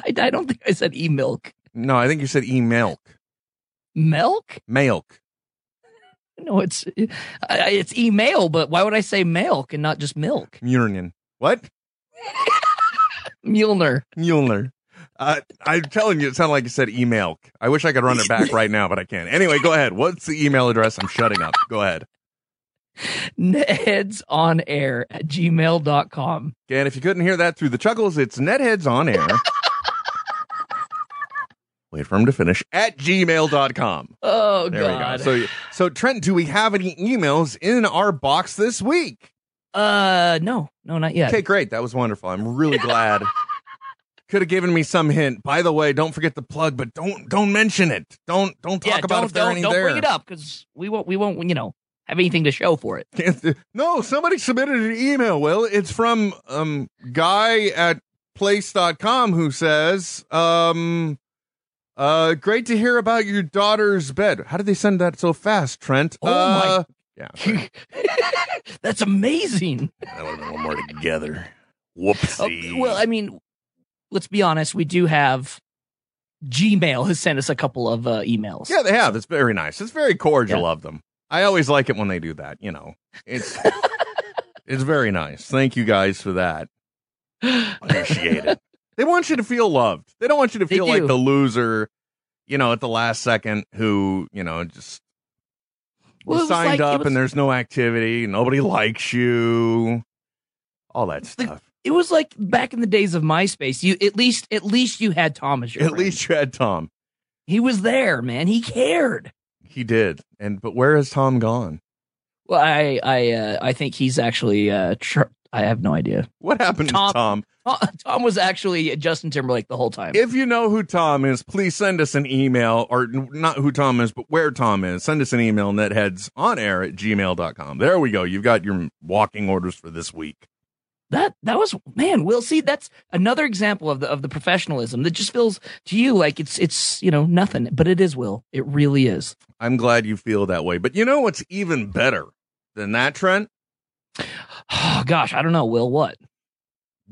S8: I, I don't think I said e-milk.
S7: no i think you said email
S8: Milk?
S7: mail
S8: No, it's I- I- it's email, but why would I say milk and not just milk?
S7: Murian. what
S8: Mulner.
S7: Mueller. Uh, I'm telling you, it sounded like you said email. I wish I could run it back right now, but I can't. Anyway, go ahead. What's the email address? I'm shutting up. Go ahead.
S8: Ned's on air at gmail.com.
S7: And if you couldn't hear that through the chuckles, it's netheads on air. Wait for him to finish at gmail.com.
S8: Oh,
S7: There
S8: God.
S7: we go. So, so Trent, do we have any emails in our box this week?
S8: Uh, no, no, not yet.
S7: Okay, great. That was wonderful. I'm really glad. Could have given me some hint. By the way, don't forget the plug, but don't don't mention it. Don't don't talk
S8: yeah,
S7: about
S8: don't,
S7: if there are
S8: don't,
S7: any
S8: don't
S7: there.
S8: bring it up because we won't, we won't, you know, have anything to show for it.
S7: (laughs) Can't do- no, somebody submitted an email, Will. It's from um guy at place.com who says, um uh great to hear about your daughter's bed. How did they send that so fast, Trent?
S8: Oh, my-
S7: Uh, Yeah. sorry.
S8: (laughs) That's amazing.
S7: That would have been one more together.
S8: Oh,
S7: Whoopsie.
S8: well, I mean, let's be honest. We do have Gmail has sent us a couple of uh, emails.
S7: yeah, they have. It's very nice. It's very cordial
S8: Yeah.
S7: of them. I always like it when they do that, you know.
S8: (laughs)
S7: It's it's very nice. Thank you guys for that. appreciate
S8: (laughs)
S7: it. They want you to feel loved. They don't want you to
S8: They
S7: feel like
S8: do.
S7: the loser, you know, at the last second who, you know, just
S8: Well, it
S7: you
S8: was
S7: signed
S8: like- it
S7: up
S8: was-
S7: and there's no activity, nobody likes you, all that
S8: The-
S7: stuff.
S8: (gasps) It was like back in the days of MySpace. You at least at least you had Tom as your
S7: At
S8: friend.
S7: least you had Tom.
S8: he was there, man. He cared.
S7: He did. And but where has Tom gone?
S8: Well, I I uh, I think he's actually. Uh, tr- I have no idea. (laughs)
S7: What happened to
S8: Tom-
S7: Tom?
S8: Tom, Tom was actually Justin Timberlake the whole time.
S7: If you know who Tom is, please send us an email or n- not who Tom is, but where Tom is. Send us an email, netheads on air at gmail.com. There we go. You've got your walking orders for this week.
S8: that that was man. Will see that's another example of the of the professionalism that just feels to you like it's it's you know nothing, but it is Will. It really is.
S7: I'm glad you feel that way. But you know what's even better than that, Trent?
S8: Oh (sighs) gosh, I don't know. Will what?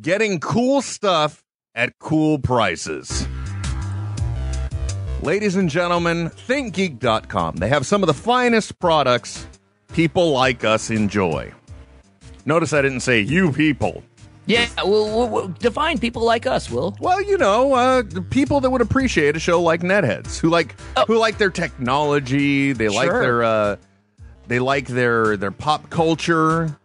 S7: Getting cool stuff at cool prices. Ladies and gentlemen, thinkgeek.com. They have some of the finest products people like us enjoy. Notice I didn't say you people.
S8: Yeah, well, well, well, define people like us, Will.
S7: Well, you know, uh, the people that would appreciate a show like Netheads, who like
S8: Oh.
S7: who like their technology, they like
S8: Sure.
S7: their uh, they like their their pop culture.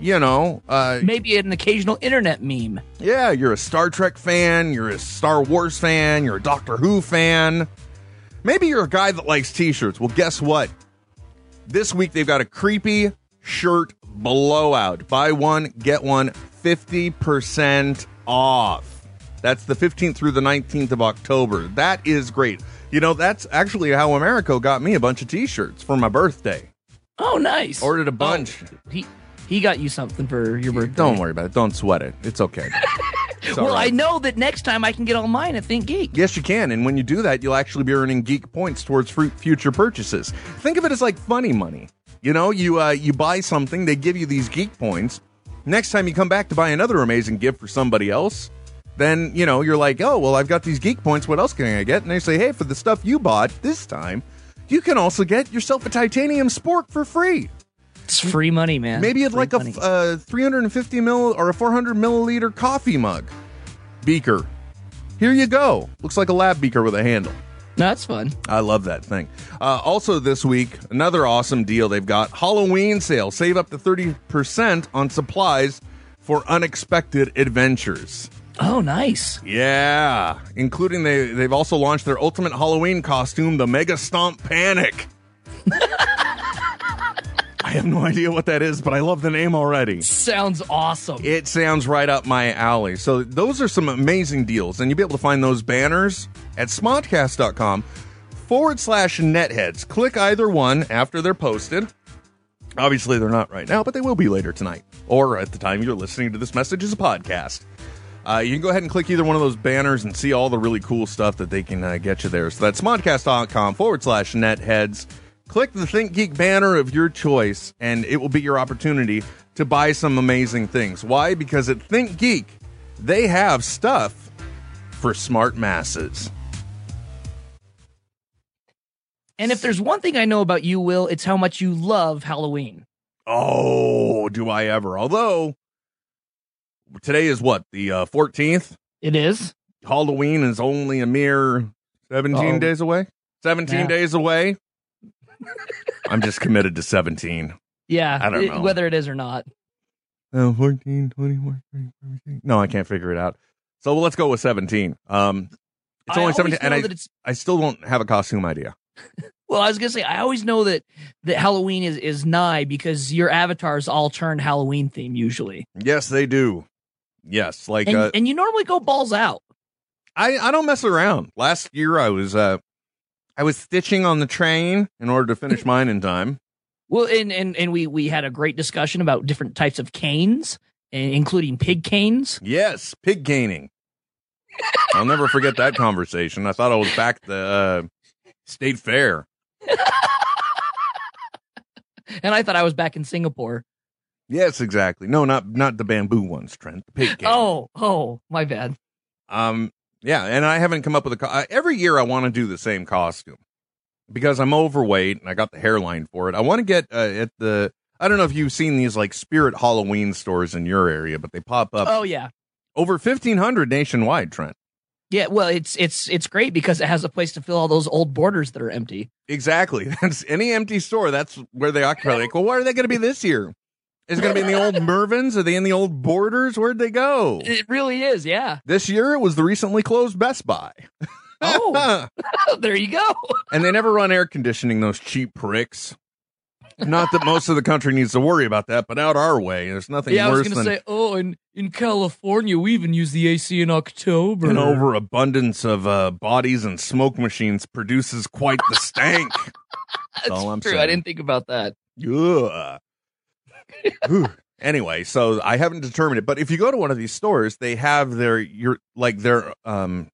S7: You know, uh,
S8: Maybe an occasional internet meme.
S7: Yeah, you're a Star Trek fan, you're a Star Wars fan, you're a Doctor Who fan. Maybe you're a guy that likes t shirts. Well, guess what? This week they've got a creepy shirt blowout. Buy one, get one 50% off. That's the 15th through the 19th of October. That is great. You know, that's actually how Americo got me a bunch of t shirts for my birthday.
S8: Oh, nice.
S7: Ordered a bunch.
S8: He he got you something for your birthday.
S7: Don't worry about it. Don't sweat it. It's
S8: (laughs)
S7: okay. It's all
S8: Well,
S7: right.
S8: I know that next time I can get all mine at Think Geek.
S7: Yes, you can. And when you do that, you'll actually be earning geek points towards fru- future purchases. Think of it as like funny money. You know, you uh, you buy something, they give you these geek points. Next time you come back to buy another amazing gift for somebody else, then you know you're like, oh well, I've got these geek points. What else can I get? And they say, hey, for the stuff you bought this time, you can also get yourself a titanium spork for free.
S8: It's free money, man.
S7: Maybe you'd
S8: Free
S7: like a
S8: money.
S7: f- uh, 350 mil or a 400 milliliter coffee mug beaker. Here you go. Looks like a lab beaker with a handle.
S8: no, that's fun.
S7: I love that thing. Uh, also, this week, another awesome deal they've got Halloween sale. Save up to 30% on supplies for unexpected adventures.
S8: Oh, nice.
S7: Yeah. Including they, they've also launched their ultimate Halloween costume, the Mega Stomp Panic. (laughs) I have no idea what that is, but I love the name already.
S8: Sounds awesome.
S7: It sounds right up my alley. So those are some amazing deals, and you'll be able to find those banners at smodcast.com forward slash netheads. Click either one after they're posted. Obviously, they're not right now, but they will be later tonight or at the time you're listening to this message as a podcast. Uh, you can go ahead and click either one of those banners and see all the really cool stuff that they can uh, get you there. So that's modcast.com forward slash netheads. Click the Think Geek banner of your choice, and it will be your opportunity to buy some amazing things. Why? Because at Think Geek, they have stuff for smart masses.
S8: And if there's one thing I know about you, Will, it's how much you love Halloween.
S7: Oh, do I ever? Although, today is what, the uh, 14th?
S8: It is.
S7: Halloween is only a mere 17
S8: Uh-oh.
S7: days away. 17
S8: Yeah.
S7: days (laughs) away. I'm just committed to 17.
S8: Yeah.
S7: I don't
S8: it-
S7: know.
S8: whether it is or not.
S7: Uh, 14, 21, 23. No, I can't figure it out. So well, let's go with 17. Um, it's
S8: I
S7: only
S8: always
S7: 17, and
S8: know
S7: I,
S8: that it's
S7: I still don't have a costume idea.
S8: Well, I was gonna say I always know that that Halloween is is nigh because your avatars all turn Halloween theme usually,
S7: Yes, they do. Yes, like
S8: and,
S7: uh,
S8: and you normally go balls out.
S7: I I don't mess around. Last year I was uh I was stitching on the train in order to finish mine in time.
S8: Well, and and and we we had a great discussion about different types of canes, and including pig canes.
S7: Yes, pig caning. I'll never forget that conversation. I thought I was back at the uh, state fair.
S8: And I thought I was back in Singapore.
S7: Yes, exactly. No, not not the bamboo ones, Trent. The pig cane.
S8: (laughs) Oh, oh, my bad.
S7: Um, yeah, and I haven't come up with a co- I- every year I want to do the same costume because I'm overweight and I got the hairline for it. I want to get uh, at the I don't know if you've seen these like Spirit Halloween stores in your area, but they pop up
S8: Oh yeah,
S7: over 1500 nationwide, Trent.
S8: yeah. Well, it's it's it's great because it has a place to fill all those old borders that are empty.
S7: Exactly. (laughs) That's any empty store, that's where they occupy. Like, well, where are they going to be this year? Is it going to be in the
S8: (laughs)
S7: old Mervins? Are they in the old Borders? Where'd they go?
S8: It really is. Yeah.
S7: This year it was the recently closed Best Buy. (laughs)
S8: Oh, there you go.
S7: And they never run air conditioning, those cheap pricks. Not that most of the country needs to worry about that, but out our way, there's nothing
S8: yeah, I was
S7: worse
S8: gonna
S7: than
S8: say. Oh, and in California, we even use the AC in October.
S7: an overabundance of uh, bodies and smoke machines produces quite the stank.
S8: (laughs) That's
S7: all I'm
S8: true. I
S7: saying.
S8: didn't think about that.
S7: Ugh. Ooh. anyway, so I haven't determined it, but if you go to one of these stores, they have their your like their um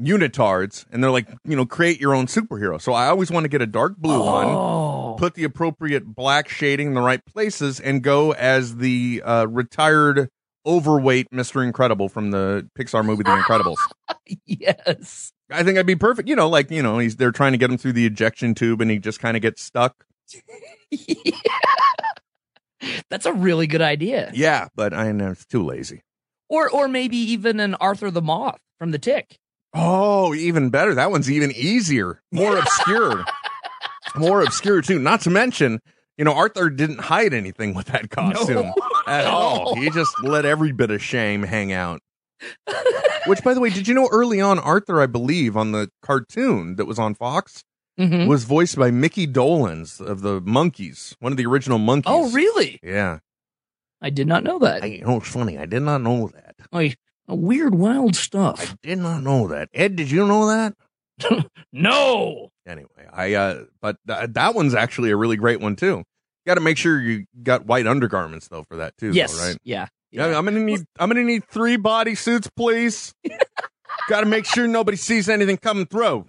S7: unitards, and they're like you know create your own superhero. So I always want to get a dark blue one.
S8: Oh.
S7: put the appropriate black shading in the right places and go as the uh, retired overweight Mr. Incredible from the Pixar movie The Incredibles.
S8: (laughs) yes.
S7: I think I'd be perfect. You know, like, you know, he's they're trying to get him through the ejection tube and he just kind of gets stuck.
S8: That's a really good idea.
S7: Yeah, but I know it's too lazy.
S8: Or or maybe even an Arthur the Moth from the Tick.
S7: Oh, even better. That one's even easier. More obscure. More obscure too. Not to mention, you know, Arthur didn't hide anything with that costume.
S8: (laughs)
S7: at all. He just let every bit of shame hang out. Which, by the way, did you know early on Arthur, I believe, on the cartoon that was on Fox,
S8: Mhm.
S7: was voiced by Mickey Dolans of the Monkeys, one of the original Monkeys.
S8: Oh, really?
S7: Yeah.
S8: I did not know that.
S7: I, you know, it's funny. I did not know that.
S8: Like, weird, wild
S7: I
S8: stuff.
S7: did not know that. Ed, did you know that?
S8: No.
S7: Anyway, I uh, but th- that one's actually a really great one too. Got to make sure you got white undergarments though for that too.
S8: Yes.
S7: though, right?
S8: Yeah.
S7: Yeah, I'm gonna need I'm gonna need three body suits,
S8: (laughs)
S7: please. Got to make sure nobody sees anything coming through.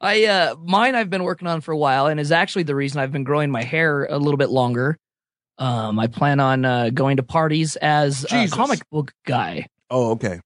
S8: I uh mine I've been working on for a while and is actually the reason I've been growing my hair a little bit longer. Um I plan on uh going to parties as a
S7: Jesus.
S8: comic book guy.
S7: Oh, okay.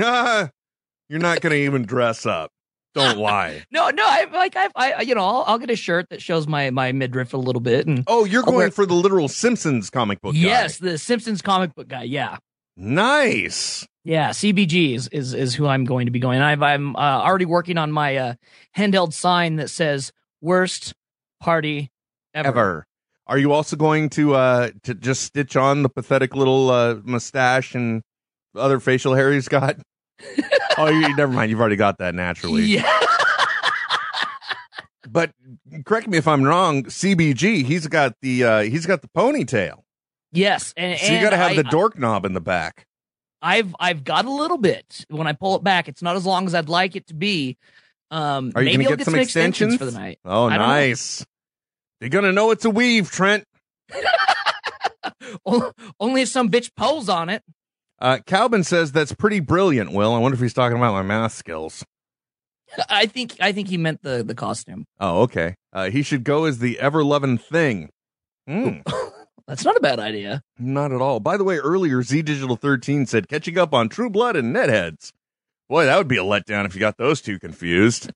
S7: Ah, (laughs) you're not gonna even dress up. Don't lie.
S8: No, no, I like I've, I you know, I'll, I'll get a shirt that shows my my midriff a little bit and
S7: (laughs) Oh, you're
S8: I'll
S7: going
S8: wear-
S7: for the literal Simpsons comic book. guy.
S8: Yes, the Simpsons comic book guy. Yeah.
S7: Nice.
S8: Yeah, CBG is, is is who I'm going to be going. I've, I'm uh, already working on my uh, handheld sign that says "Worst Party Ever."
S7: Ever. Are you also going to uh to just stitch on the pathetic little uh mustache and other facial hair he's
S8: (laughs)
S7: got? oh, you, never mind. You've already got that naturally.
S8: Yeah,
S7: But correct me if I'm wrong. CBG, he's got the uh, he's got the ponytail,
S8: yes, and,
S7: so you
S8: and
S7: got to have
S8: I,
S7: the dork knob in the back.
S8: I've I've got a little bit. When I pull it back, it's not as long as I'd like it to be. Um,
S7: Are you
S8: maybe
S7: gonna
S8: I'll
S7: get some
S8: extensions? for
S7: extensions?
S8: the night? (laughs)
S7: Oh,
S8: I don't know.
S7: nice. They're gonna know it's a weave, Trent.
S8: O- Only if some bitch pulls on it.
S7: Uh, Calvin says that's pretty brilliant. Will I wonder if he's talking about my math skills?
S8: I think I think he meant the the costume.
S7: Oh, okay. Uh, he should go as the ever loving thing. Mm,
S8: That's not a bad idea.
S7: not at all. By the way, earlier Z Digital 13 said catching up on True Blood and Netheads. Boy, that would be a letdown if you got those two confused.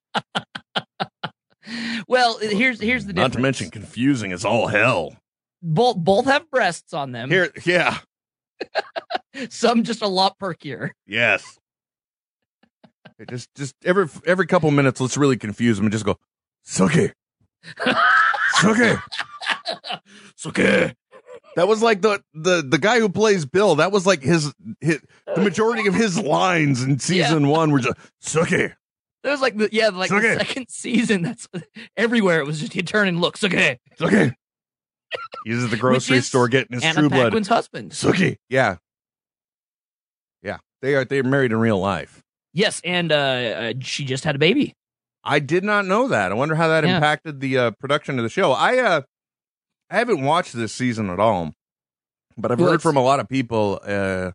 S8: Well, here's here's the
S7: Not
S8: difference.
S7: to mention confusing as all hell.
S8: both both have breasts on them.
S7: Here, yeah.
S8: some just a lot perkier.
S7: Yes. It just just every every couple minutes, let's really confuse them and just go, Suki.
S8: (laughs)
S7: Suki. Suki. That was like the, the the guy who plays Bill, that was like his, his the majority of his lines in season one were just Suki.
S8: That was like the yeah, like the
S7: Suge.
S8: second season. That's (laughs) everywhere. It was just he'd turn and look. Suge,
S7: It's
S8: (laughs)
S7: okay. He's at the grocery
S8: is
S7: store getting his
S8: Anna
S7: true blood.
S8: Paquin's husband.
S7: Suki. Yeah. Yeah. They are they're married in real life.
S8: Yes, and uh, uh, she just had a baby.
S7: I did not know that. I wonder how that
S8: Yeah.
S7: impacted the uh, production of the show. I uh, I haven't watched this season at all, but I've
S8: Well,
S7: heard
S8: it's-
S7: from a lot of people uh,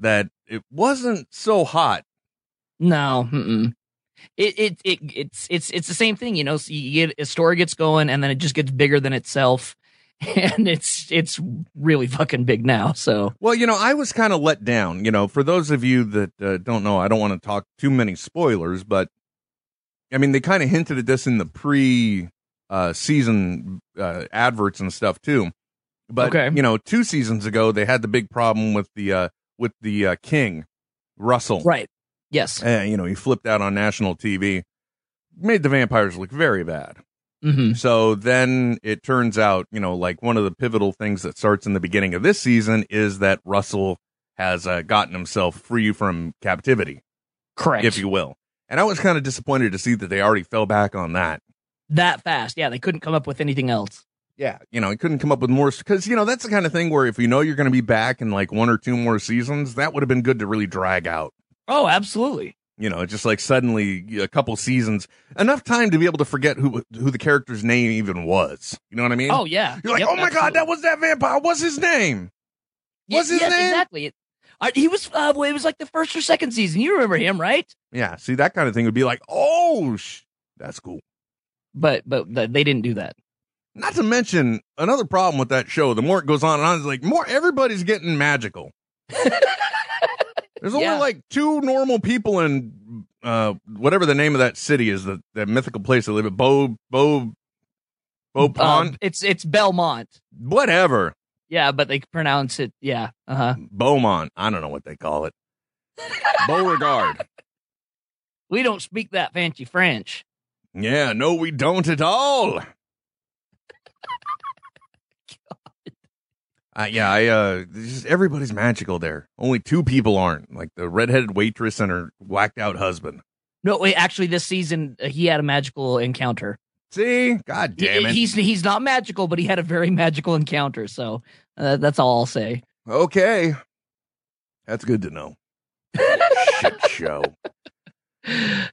S7: that it wasn't so hot.
S8: No, mm-mm. It, it it it's it's it's the same thing, you know. So you get a story gets going, and then it just gets bigger than itself, (laughs) and it's it's really fucking big now. So
S7: Well, you know, I was kind of let down. You know, for those of you that uh, don't know, I don't want to talk too many spoilers, but I mean, they kind of hinted at this in the pre uh, season uh, adverts and stuff too. But
S8: Okay.
S7: you know, two seasons ago, they had the big problem with the uh, with the uh, king Russell.
S8: right, yes,
S7: Uh, you know, he flipped out on national TV, made the vampires look very bad.
S8: hmm
S7: So then it turns out, you know, like one of the pivotal things that starts in the beginning of this season is that Russell has uh, gotten himself free from captivity,
S8: correct.
S7: if you will. And I was kind of disappointed to see that they already fell back on that.
S8: that fast, yeah, they couldn't come up with anything else.
S7: Yeah. You know, I couldn't come up with more because, you know, that's the kind of thing where if you know you're going to be back in like one or two more seasons, that would have been good to really drag out.
S8: Oh, absolutely.
S7: you know, just like suddenly a couple seasons, enough time to be able to forget who who the character's name even was. You know what I mean?
S8: Oh yeah.
S7: you're like,
S8: Yep,
S7: oh my god,
S8: absolutely.
S7: that was that vampire. What's his name?
S8: Ye-
S7: what's his
S8: yes,
S7: name?
S8: Exactly. I, he was. Uh, well, it was like the first or second season. You remember him, right?
S7: Yeah, see that kind of thing would be like, oh, sh- that's cool.
S8: But but th- they didn't do that.
S7: Not to mention another problem with that show. The more it goes on and on, it's like more everybody's getting magical.
S8: (laughs)
S7: There's only
S8: Yeah.
S7: like two normal people in uh, whatever the name of that city is, the that mythical place they live at, Bo Bo Bo Pond,
S8: Um, it's it's Belmont.
S7: whatever.
S8: Yeah, but they pronounce it. Yeah. Uh huh.
S7: Beaumont. I don't know what they call it. Beauregard.
S8: We don't speak that fancy French.
S7: Yeah, no, we don't at
S8: (laughs)
S7: all. Uh, yeah, I uh, it's just everybody's magical there. Only two people aren't, like the redheaded waitress and her whacked out husband.
S8: No, wait, actually, this season uh, he had a magical encounter.
S7: See, god damn
S8: He-
S7: it.
S8: He's he's not magical, but he had a very (laughs) magical encounter. So uh, that's all I'll say.
S7: okay, that's good to know. Shit show.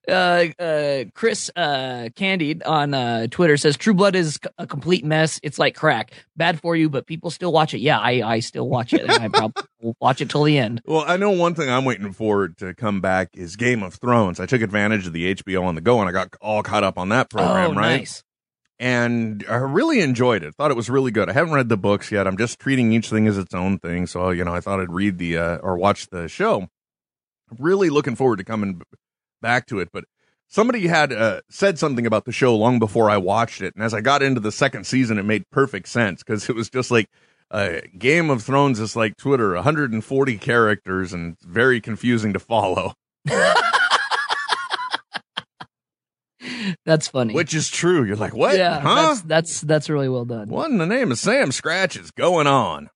S8: uh, uh, Chris uh, Candied on uh, Twitter says True Blood is c- a complete mess. It's like crack, bad for you, but people still watch it. Yeah, I, I still watch it, and I probably will watch it till the end.
S7: Well, I know one thing I'm waiting for to come back is Game of Thrones. I took advantage of the HBO on the go and I got all caught up on that program,
S8: oh,
S7: right?
S8: nice.
S7: And I really enjoyed it. Thought it was really good. I haven't read the books yet. I'm just treating each thing as its own thing. So, you know, I thought I'd read the uh, or watch the show. Really looking forward to coming b- back to it, but somebody had uh, said something about the show long before I watched it, and as I got into the second season, it made perfect sense because it was just like uh, Game of Thrones is like Twitter, 140 characters and very confusing to follow,
S8: That's funny.
S7: which is true. You're like, what?
S8: Yeah,
S7: huh?
S8: that's, that's that's really well done.
S7: What in the name of Sam Scratch is going on?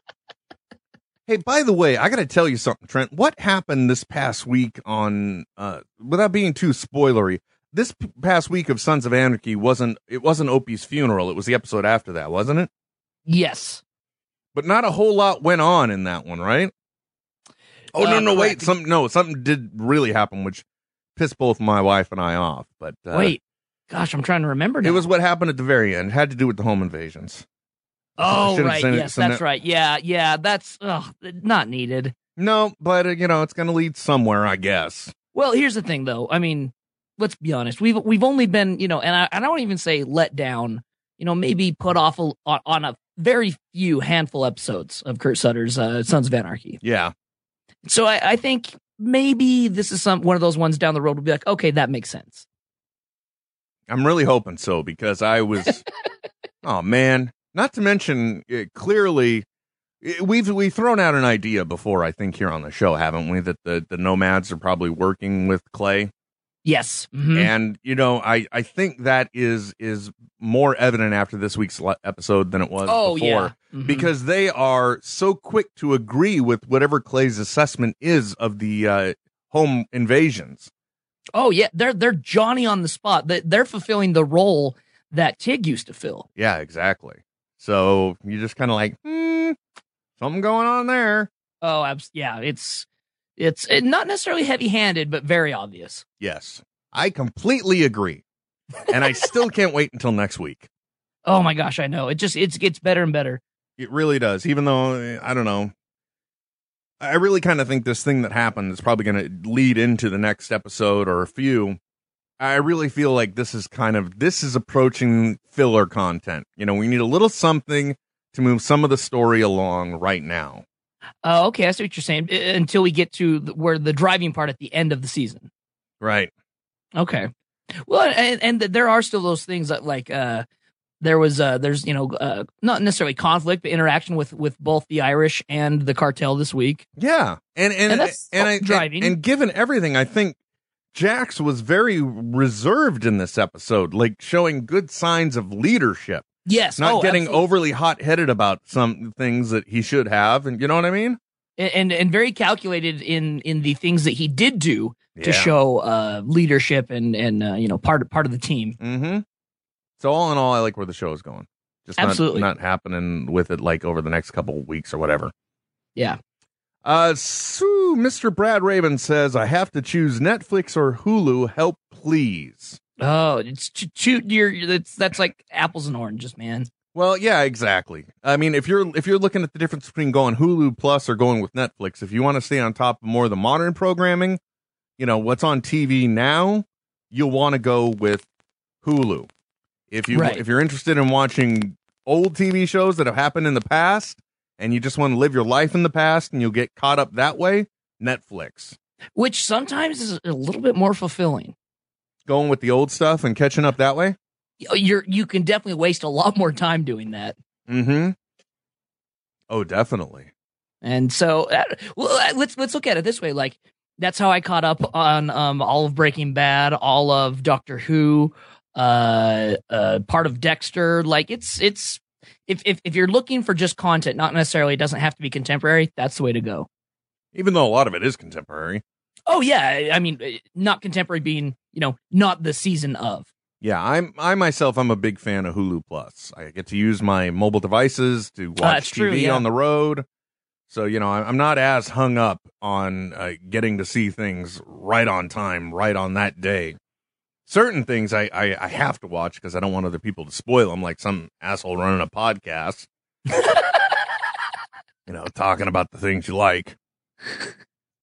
S7: (laughs) hey, by the way, I got to tell you something, Trent. What happened this past week on, uh, without being too spoilery, this p- past week of Sons of Anarchy wasn't, it wasn't Opie's funeral. It was the episode after that, wasn't it?
S8: Yes.
S7: But not a whole lot went on in that one, right? Oh, no,
S8: Uh,
S7: no, wait.
S8: correct.
S7: Some, no, something did really happen, which pissed both my wife and I off. But uh,
S8: Wait, gosh, I'm trying to remember. Now.
S7: it was what happened at the very end. It had to do with the home invasions. I
S8: Oh
S7: should've
S8: right,
S7: sent it-
S8: yes,
S7: sent
S8: that's
S7: it-
S8: right. Yeah, yeah, that's ugh, not needed.
S7: No, but uh, you know it's going to lead somewhere, I guess.
S8: Well, here's the thing, though. I mean, let's be honest. We've we've only been, you know, and I, I don't even say let down. You know, maybe put off a, on, on a very few handful episodes of Kurt Sutter's uh, Sons of Anarchy.
S7: Yeah,
S8: So I, I think maybe this is some one of those ones down the road. We'll be like, okay, that makes sense.
S7: I'm really hoping so because I
S8: (laughs)
S7: was. oh man! Not to mention, uh clearly, uh, we've we've thrown out an idea before. I think here on the show, haven't we? That the the nomads are probably working with Clay,
S8: Yes. Mhm.
S7: and you know, I I think that is is more evident after this week's le- episode than it was.
S8: Oh
S7: before.
S8: yeah. Mhm.
S7: because they are so quick to agree with whatever Clay's assessment is of the uh, home invasions.
S8: Oh yeah, they're they're Johnny on the spot. They- They're fulfilling the role that Tig used to fill.
S7: Yeah, exactly. So you're just kind of like, hmm, something going on there.
S8: Oh, abs- yeah, it's it's it, not necessarily heavy-handed, but very obvious.
S7: Yes, I completely agree. and I still can't wait until next week.
S8: Oh my gosh, I know. It just it's gets better and better.
S7: It really does. Even though eh, I don't know, I really kind of think this thing that happened is probably going to lead into the next episode or a few. I really feel like this is kind of this is approaching filler content. You know, we need a little something to move some of the story along right now.
S8: Oh, okay, I see what you're saying. I- Until we get to the, where the driving part at the end of the season.
S7: Right.
S8: Okay. Well, and, and there are still those things that like uh there was uh there's you know uh not necessarily conflict but interaction with with both the Irish and the cartel this week.
S7: Yeah, and and and,
S8: And that's
S7: I
S8: driving.
S7: And, and given everything, I think Jax was very reserved in this episode, like showing good signs of leadership,
S8: Yes,
S7: not
S8: oh,
S7: getting
S8: absolutely.
S7: overly hot headed about some things that he should have, and you know what I mean?
S8: and, and and very calculated in in the things that he did do
S7: Yeah.
S8: to show uh leadership and and uh, you know part part of the team.
S7: Mm-hmm. So all in all, I like where the show is going. Just not-
S8: Absolutely.
S7: not, happening with it like over the next couple of weeks or whatever.
S8: Yeah.
S7: Uh, so Mr. Brad Raven says I have to choose Netflix or Hulu. Help, please.
S8: Oh, it's too, too you're that's that's like apples and oranges, man.
S7: Well, yeah, exactly. I mean, if you're if you're looking at the difference between going Hulu Plus or going with Netflix, if you want to stay on top of more of the modern programming, you know what's on TV now, you'll want to go with Hulu. If you
S8: Right.
S7: if you're interested in watching old TV shows that have happened in the past and you just want to live your life in the past and you'll get caught up that way, Netflix.
S8: Which sometimes is a little bit more fulfilling.
S7: Going with the old stuff and catching up that way.
S8: You're you can definitely waste a lot more time doing that.
S7: Mm-hmm. Oh, definitely.
S8: And so, uh, well, uh, let's let's look at it this way. Like that's how I caught up on um, all of Breaking Bad, all of Doctor Who, uh, uh, part of Dexter. Like it's it's if if if you're looking for just content, not necessarily it doesn't have to be contemporary. That's the way to go.
S7: Even though a lot of it is contemporary.
S8: Oh yeah, I- I mean, uh, not contemporary being you know not the season of.
S7: Yeah, I'm I myself I'm a big fan of Hulu Plus. I get to use my mobile devices to watch
S8: Oh, that's
S7: TV
S8: true, yeah.
S7: on the road. So, you know, I- I'm not as hung up on uh, getting to see things right on time, right on that day. Certain things I, I, I have to watch because I don't want other people to spoil them, like some asshole running a
S8: (laughs)
S7: podcast, you know, talking about the things you like.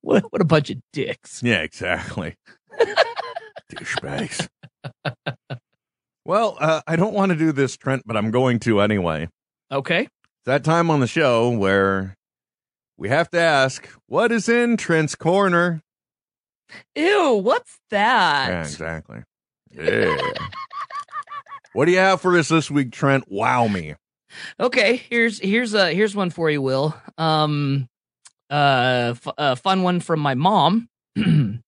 S8: What what a bunch of dicks.
S7: Yeah, exactly. Douchebags. well, uh, I don't want to do this, Trent, but I'm going to anyway. It's
S8: Okay.
S7: that time on the show where we have to ask, what is in Trent's corner?
S8: Ew, what's that?
S7: Yeah, exactly. Yeah. what do you have for us this week, Trent? Wow me.
S8: Okay, here's here's a here's one for you, Will. Um, uh, f- a fun one from my mom. (clears throat)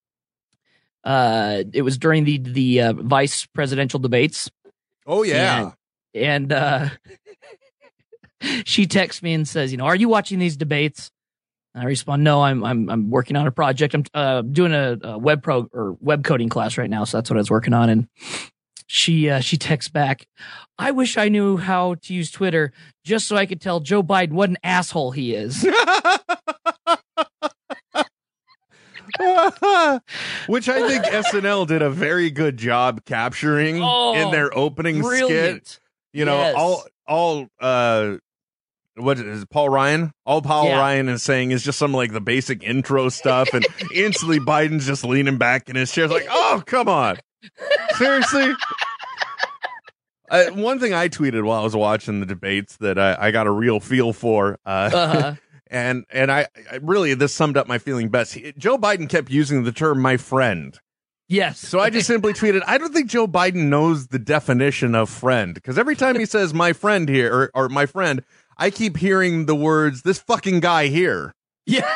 S8: uh, it was during the the uh, vice presidential debates,
S7: Oh yeah.
S8: and uh, (laughs) she texts me and says, "You know, are you watching these debates?" And I respond, "No, I'm I'm I'm working on a project. I'm uh, doing a, a web pro or web coding class right now, so that's what I was working on." And she uh, she texts back, "I wish I knew how to use Twitter just so I could tell Joe Biden what an asshole he is."
S7: (laughs) Which I think SNL did a very good job capturing
S8: Oh,
S7: in their opening skit.
S8: (laughs) Brilliant.
S7: You know,
S8: Yes.
S7: all all uh what is it, Paul Ryan? All Paul
S8: Yeah.
S7: Ryan is saying is just some like the basic intro stuff
S8: (laughs)
S7: and instantly Biden's just leaning back in his chair like, "Oh, come on." Seriously? Uh, one thing I tweeted while I was watching the debates that I, I got a real feel for, uh,
S8: Uh-huh.
S7: and and I, I really this summed up my feeling best. He- Joe Biden kept using the term "my friend," (laughs)
S8: Yes.
S7: So I just simply tweeted, I don't think Joe Biden knows the definition of friend because every time he says my friend here or, or my friend, I keep hearing the words this fucking guy here.
S8: Yeah.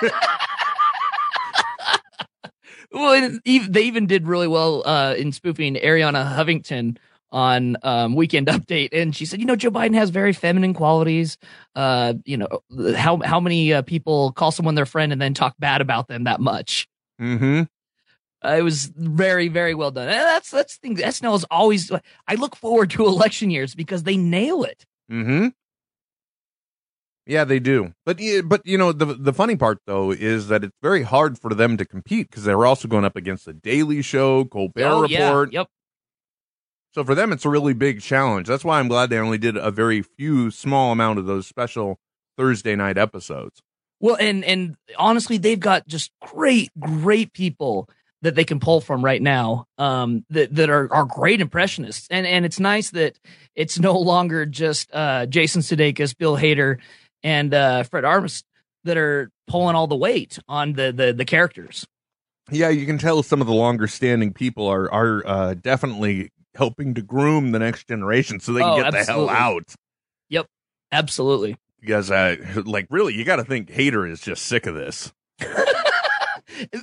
S8: well, and ev- they even did really well uh, in spoofing Ariana Huffington on um, Weekend Update, and she said, "You know, Joe Biden has very feminine qualities. Uh, you know, how how many uh, people call someone their friend and then talk bad about them that much?"
S7: Mm hmm.
S8: Uh, it was very, very well done. And that's that's the thing. SNL is always. I look forward to election years because they nail it.
S7: Mm-hmm. Yeah, they do. But yeah, but you know the the funny part though is that it's very hard for them to compete because they're also going up against the Daily Show, Colbert
S8: Oh, yeah.
S7: Report.
S8: Yep.
S7: So for them, it's a really big challenge. That's why I'm glad they only did a very few small amount of those special Thursday night episodes.
S8: Well, and and honestly, they've got just great, great people that they can pull from right now. Um, that that are are great impressionists, and and it's nice that it's no longer just uh Jason Sudeikis, Bill Hader, and uh Fred Armist that are pulling all the weight on the the the characters.
S7: Yeah, you can tell some of the longer standing people are are uh, definitely helping to groom the next generation so they can
S8: Oh,
S7: get the
S8: absolutely.
S7: hell out.
S8: Absolutely.
S7: Because uh, like really, you got to think Hater is just sick of this.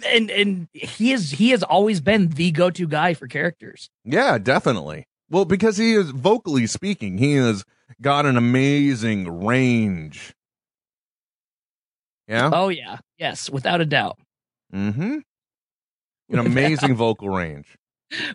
S8: And and he is he has always been the go to guy for characters.
S7: Yeah, definitely. Well, because he is vocally speaking, he has got an amazing range. Yeah.
S8: Oh yeah, yes, without a doubt, (laughs) Oh.
S7: Mm-hmm. An amazing vocal range.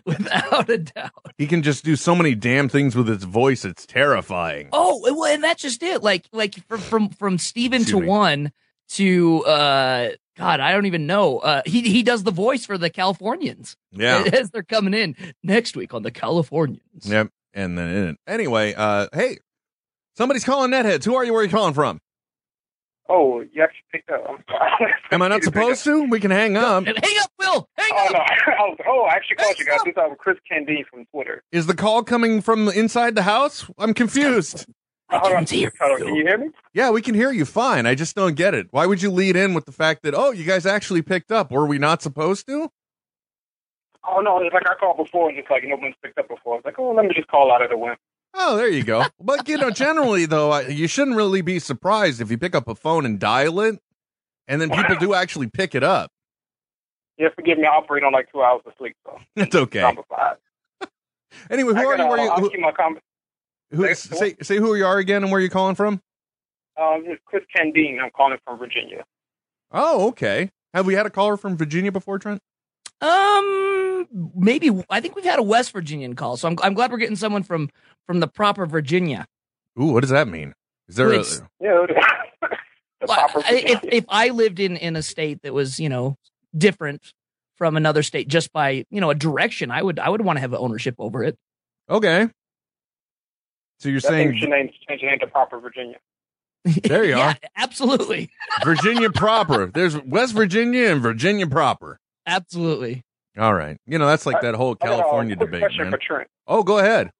S8: without a doubt.
S7: He can just do so many damn things with his voice. It's terrifying.
S8: Oh, and- well, and that's just it. Like, like from from from Steven
S7: Excuse
S8: to
S7: me.
S8: one to uh, God, I don't even know. Uh, he he does the voice for the Californians (laughs)
S7: Yeah.
S8: as they're coming in next week on the Californians.
S7: Yep. And then in it. Anyway, uh, hey, somebody's calling netheads. Who are you? Where are you calling from?
S9: Oh, you actually picked up. I'm sorry.
S7: (laughs) Am I not
S9: You picked up-
S7: supposed to? We can hang up.
S8: And hang up, Will. Hang
S9: (laughs) Oh
S8: up.
S9: no! Oh, oh, I actually called you guys. This I'm Chris Candy from Twitter.
S7: Is the call coming from inside the house? I'm confused.
S8: I
S9: Hold on.
S8: can't hear
S9: Hold on,
S8: you.
S9: Can you hear me?
S7: Yeah, we can hear you fine. I just don't get it. Why would you lead in with the fact that, oh, you guys actually picked up? Were we not supposed to?
S9: Oh no! It's like I called before, and it's like no one's picked up before. I was like, oh, let me just call out of the wind.
S7: Oh, there you go. but, you know, generally, though, I, you shouldn't really be surprised if you pick up a phone and dial it, and then people do actually pick it up. (laughs)
S9: Yeah, forgive me. I operate on like two hours of sleep, so
S7: It's okay.
S9: number five.
S7: Anyway,
S9: I
S7: who are you?
S9: gotta,
S7: Where you
S9: I'll
S7: who,
S9: keep my comment.
S7: who,
S9: Next
S7: say, say who you are again and where you're calling from?
S9: Um, it's Chris Candine. I'm calling from Virginia.
S7: Oh, okay. Have we had a caller from Virginia before, Trent?
S8: Um, maybe I think we've had a West Virginian call, so I'm I'm glad we're getting someone from from the proper Virginia.
S7: Ooh, what does that mean? Is there a,
S8: It's-
S9: Yeah. it is. (laughs) The
S8: Well,
S9: proper
S8: I- if
S9: Virginia.
S8: if I lived in in a state that was you know different from another state just by you know a direction, I would I would want to have ownership over it.
S7: okay? So you're
S9: I think you
S7: saying
S9: should name, change your name to proper Virginia.
S7: There you
S8: (laughs) yeah,
S7: are.
S8: Absolutely.
S7: (laughs) Virginia proper? There's West Virginia and Virginia proper.
S8: Absolutely.
S7: All right, you know that's like
S9: I-
S7: that whole
S9: I got a
S7: California
S9: quick
S7: debate,
S9: question
S7: man.
S9: for Trent.
S7: Oh, go ahead.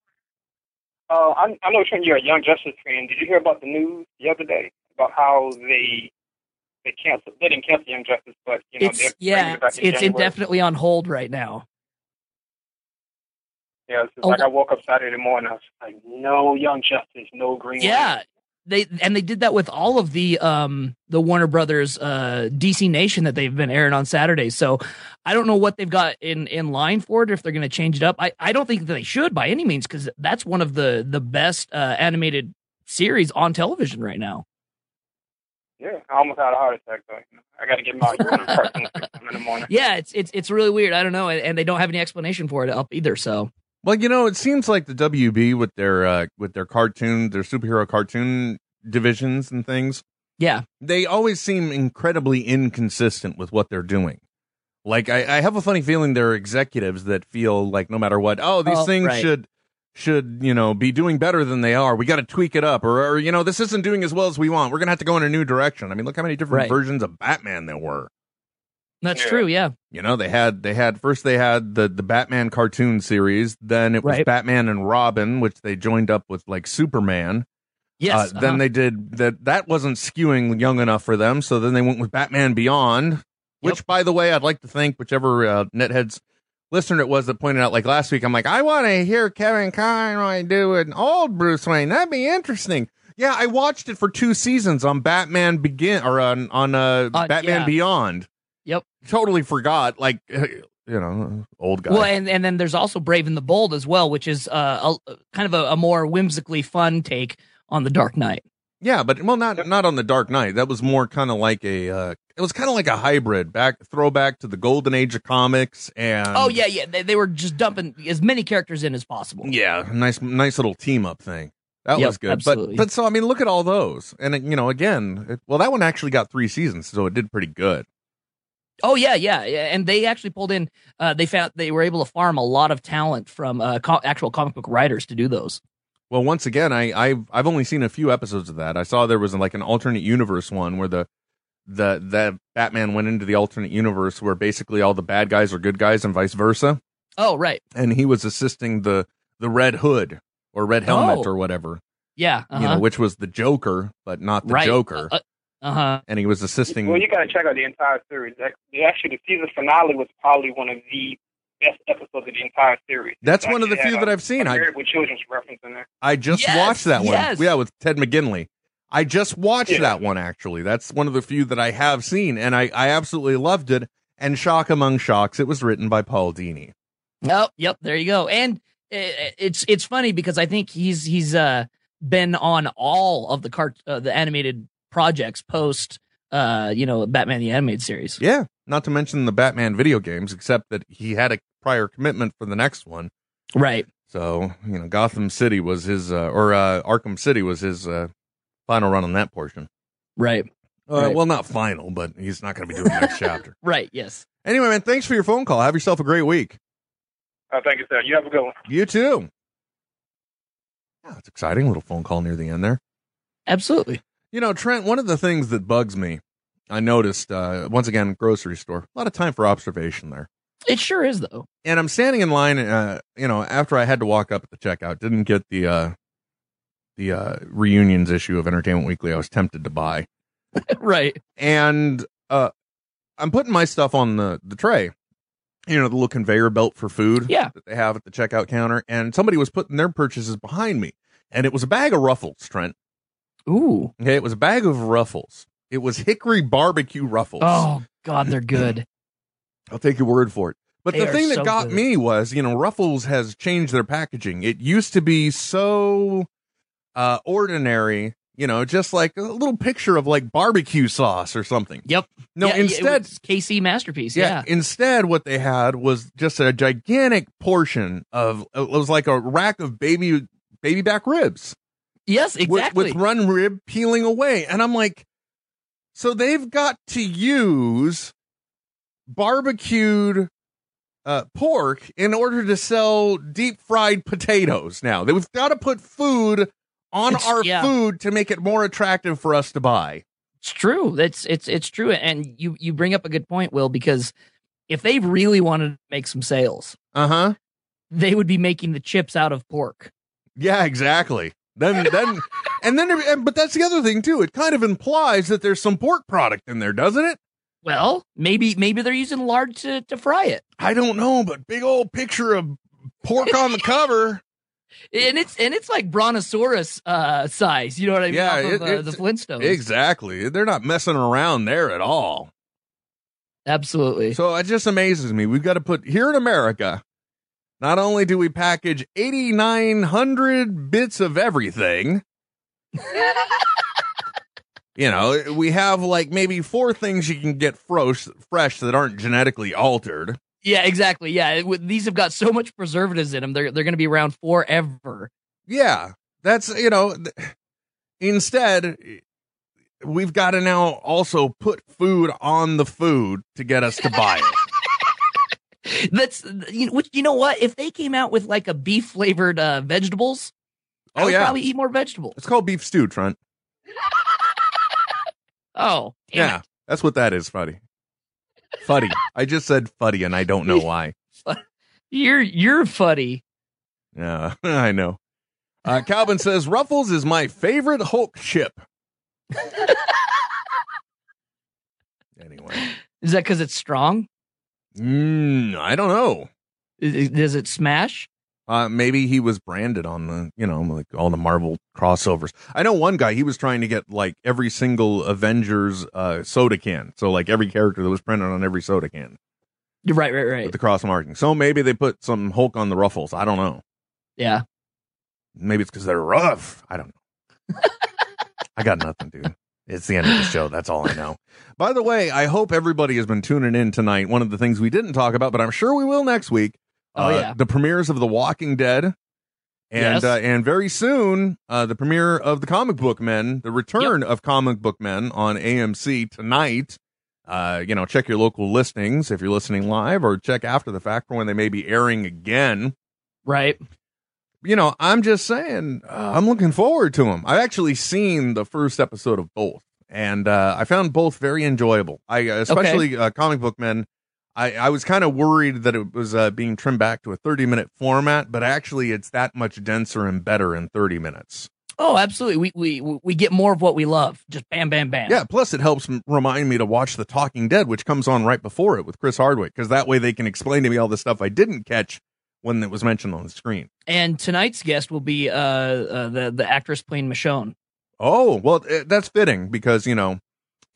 S9: Uh, I, I know Trent, you're a Young Justice fan. Did you hear about the news the other day about how they they canceled? They didn't cancel Young Justice, but you know they're
S8: it's yeah,
S9: bringing it back
S8: it's,
S9: in
S8: it's
S9: January.
S8: indefinitely on hold right now.
S9: Yeah, it's just
S8: Oh,
S9: like
S8: wha-
S9: I woke up Saturday morning. I was like, no Young Justice, no Green.
S8: Yeah. They and they did that with all of the um the Warner Brothers uh DC Nation that they've been airing on Saturdays. So I don't know what they've got in in line for it or if they're going to change it up. I I don't think that they should by any means cuz that's one of the the best uh animated series on television right now.
S9: Lantern. Yeah, I almost had a heart attack. Though. I got to
S8: (laughs)
S9: get my urine person in the morning.
S8: Yeah, it's it's it's really weird. I don't know and, and they don't have any explanation for it up either, so
S7: Well, you know, it seems like the WB with their uh, with their cartoon, their superhero cartoon divisions and things,
S8: yeah.
S7: they always seem incredibly inconsistent with what they're doing. Like I, I have a funny feeling there are executives that feel like no matter what, oh, these
S8: Oh,
S7: things
S8: right.
S7: should should you know be doing better than they are. We got to tweak it up, or, or you know, this isn't doing as well as we want. We're gonna have to go in a new direction. I mean, look how many different
S8: Right.
S7: versions of Batman there were.
S8: That's
S9: Yeah.
S8: true, yeah.
S7: You know, they had they had first they had the the Batman cartoon series, then it was
S8: Right.
S7: Batman and Robin, which they joined up with like Superman.
S8: Yes. uh-huh.
S7: Uh, Then they did that that wasn't skewing young enough for them, so then they went with Batman Beyond, which by the way, I'd like to thank whichever uh, netheads listener it was that pointed out like last week. I'm like, I want to hear Kevin Conroy do an old Bruce Wayne. That'd be interesting. Yeah, I watched it for two seasons on Batman Begin or on on uh,
S8: Uh,
S7: Batman
S8: yeah.
S7: Beyond
S8: Yep.
S7: totally forgot. Like, (laughs) you know, old guy.
S8: Well, and, and then there's also Brave and the Bold as well, which is uh, a, kind of a, a more whimsically fun take on the Dark Knight.
S7: yeah, but well, not not on the Dark Knight. That was more kind of like a uh, it was kind of like a hybrid back throwback to the golden age of comics and
S8: Oh yeah, yeah. They, they were just dumping as many characters in as possible.
S7: yeah, nice nice little team up thing. That
S8: Yep,
S7: was good.
S8: absolutely.
S7: But but so I mean, look at all those, and it, you know, again, it, well, that one actually got three seasons, so it did pretty good.
S8: Oh yeah, yeah, yeah. And they actually pulled in. Uh, they found they were able to farm a lot of talent from uh, co- actual comic book writers to do those.
S7: Well, once again, I I've I've only seen a few episodes of that. I saw there was like an alternate universe one where the the the Batman went into the alternate universe where basically all the bad guys are good guys and vice versa,
S8: Oh right,
S7: and he was assisting the the Red Hood or Red Helmet
S8: Oh.
S7: or whatever,
S8: yeah, uh-huh.
S7: you know, which was the Joker, but not the
S8: right,
S7: Joker,
S8: Uh huh.
S7: and he was assisting.
S9: Well, you got to check out the entire series. Ac- Actually, the season finale was probably one of the best episodes of the entire series.
S7: That's one of the
S9: Actually
S7: few
S9: had
S7: that
S9: a-
S7: I've seen.
S9: a
S7: I
S9: Married with Children's reference in there.
S7: I just
S8: Yes,
S7: watched that one.
S8: yes.
S7: Yeah, with Ted McGinley. I just watched
S9: Yeah.
S7: that one actually. That's one of the few that I have seen, and I, I absolutely loved it. And shock among shocks, it was written by Paul Dini.
S8: Oh yep, there you go. And uh, it's it's funny because I think he's he's uh been on all of the cart uh, the animated projects post uh you know Batman the animated series.
S7: Yeah, not to mention the Batman video games, except that he had a prior commitment for the next one.
S8: Right.
S7: So you know, Gotham City was his, uh, or uh, Arkham City was his uh, final run on that portion.
S8: Right.
S7: Uh,
S8: Right.
S7: Well, not final, but he's not going to be doing the next chapter. (laughs)
S8: Right. Yes.
S7: Anyway, man, thanks for your phone call. Have yourself a great week.
S9: Uh, thank you, sir. You have a good one.
S7: You too. Yeah, it's exciting. Little phone call near the end there.
S8: Absolutely.
S7: You know, Trent, one of the things that bugs me, I noticed, uh, once again, grocery store, a lot of time for observation there.
S8: It sure is though. (laughs)
S7: And I'm standing in line, uh, you know, after I had to walk up at the checkout, didn't get the, uh, the uh, reunions issue of Entertainment Weekly I was tempted to buy.
S8: right.
S7: And uh, I'm putting my stuff on the, the tray, you know, the little conveyor belt for food.
S8: Yeah.
S7: that they have at the checkout counter, and somebody was putting their purchases behind me, and it was a bag of Ruffles, Trent.
S8: Ooh.
S7: Okay, it was a bag of Ruffles. It was Hickory barbecue Ruffles.
S8: Oh God, they're (clears throat) good.
S7: I'll take your word for it. But
S8: They
S7: the
S8: are
S7: thing that
S8: so
S7: got
S8: good.
S7: me was, you know, Ruffles has changed their packaging. It used to be so uh ordinary, you know, just like a little picture of like barbecue sauce or something.
S8: Yep.
S7: No,
S8: Yeah, yeah, it
S7: instead
S8: was KC masterpiece.
S7: Yeah.
S8: Yeah.
S7: Instead, what they had was just a gigantic portion of it was like a rack of baby baby back ribs
S8: Yes,
S7: with-
S8: exactly.
S7: with, run rib peeling away, and I'm like, so they've got to use barbecued uh, pork in order to sell deep fried potatoes. Now they've got to put food on
S8: It's-
S7: our
S8: yeah.
S7: food to make it more attractive for us to buy.
S8: It's true. That's it's it's true. And you you bring up a good point, Will, because if they really wanted to make some sales,
S7: Uh huh.
S8: they would be making the chips out of pork.
S7: Yeah, exactly. Then, then, and then, and, but that's the other thing too. It kind of implies that there's some pork product in there, doesn't it?
S8: Well, maybe maybe they're using lard to to fry it,
S7: I don't know, but big old picture of pork on the cover.
S8: and it's and it's like brontosaurus uh, size. You know what I mean?
S7: Yeah,
S8: Off
S7: it-
S8: of, uh,
S7: it's-
S8: the Flintstones.
S7: Exactly. They're not messing around there at all.
S8: Absolutely.
S7: So it just amazes me. We've got to put here in America. Not only do we package 8,900 bits of everything, you know, we have like maybe four things you can get fresh, fresh that aren't genetically altered.
S8: yeah, exactly. Yeah, it, would- these have got so much preservatives in them. They're they're going to be around forever.
S7: Yeah, that's you know. th- Instead, we've got to now also put food on the food to get us to buy it.
S8: That's you know, which you know what? If they came out with like a beef flavored uh, vegetables, I
S7: Oh,
S8: would
S7: yeah.
S8: probably eat more vegetables.
S7: it's called beef stew, Trent.
S8: Oh, damn
S7: yeah,
S8: it.
S7: that's what that is, Fuddy.
S8: (laughs)
S7: Fuddy. I just said Fuddy, and I don't know why.
S8: You're you're funny.
S7: Yeah, (laughs) I know. Uh, Calvin says Ruffles is my favorite Hulk chip. anyway,
S8: Is that because it's strong?
S7: mm, I don't know.
S8: Is- is- does it smash?
S7: Uh, maybe he was branded on the, you know, like all the Marvel crossovers. I know one guy, he was trying to get like every single Avengers uh, soda can. So, like every character that was printed on every soda can
S8: Right, right,
S7: with
S8: right.
S7: the cross marking. So, maybe they put some Hulk on the ruffles. I don't know.
S8: Yeah. (laughs)
S7: Maybe it's because they're rough. I don't know. I got nothing, dude. It's the end of the show. That's all I know. By the way, I hope everybody has been tuning in tonight. One of the things we didn't talk about, but I'm sure we will next week.
S8: Oh,
S7: uh,
S8: yeah.
S7: the premieres of The Walking Dead, and
S8: Yes.
S7: uh, and very soon uh, the premiere of the Comic Book Men, the return of Comic Book Men on AMC tonight. Uh, you know, check your local listings if you're listening live, or check after the fact for when they may be airing again
S8: Right.
S7: you know, I'm just saying, uh, I'm looking forward to them. I've actually seen the first episode of both, and uh, I found both very enjoyable. I uh, especially uh, comic book men. I, I was kind of worried that it was uh, being trimmed back to a 30 minute format, but actually, it's that much denser and better in 30 minutes.
S8: Oh, absolutely. We we we get more of what we love. Just bam, bam, bam.
S7: Yeah. Plus, it helps m- remind me to watch The Talking Dead, which comes on right before it with Chris Hardwick, because that way they can explain to me all the stuff I didn't catch when it was mentioned on the screen.
S8: And tonight's guest will be uh, uh the the actress playing Michonne.
S7: Oh, well, eh, that's fitting because, you know,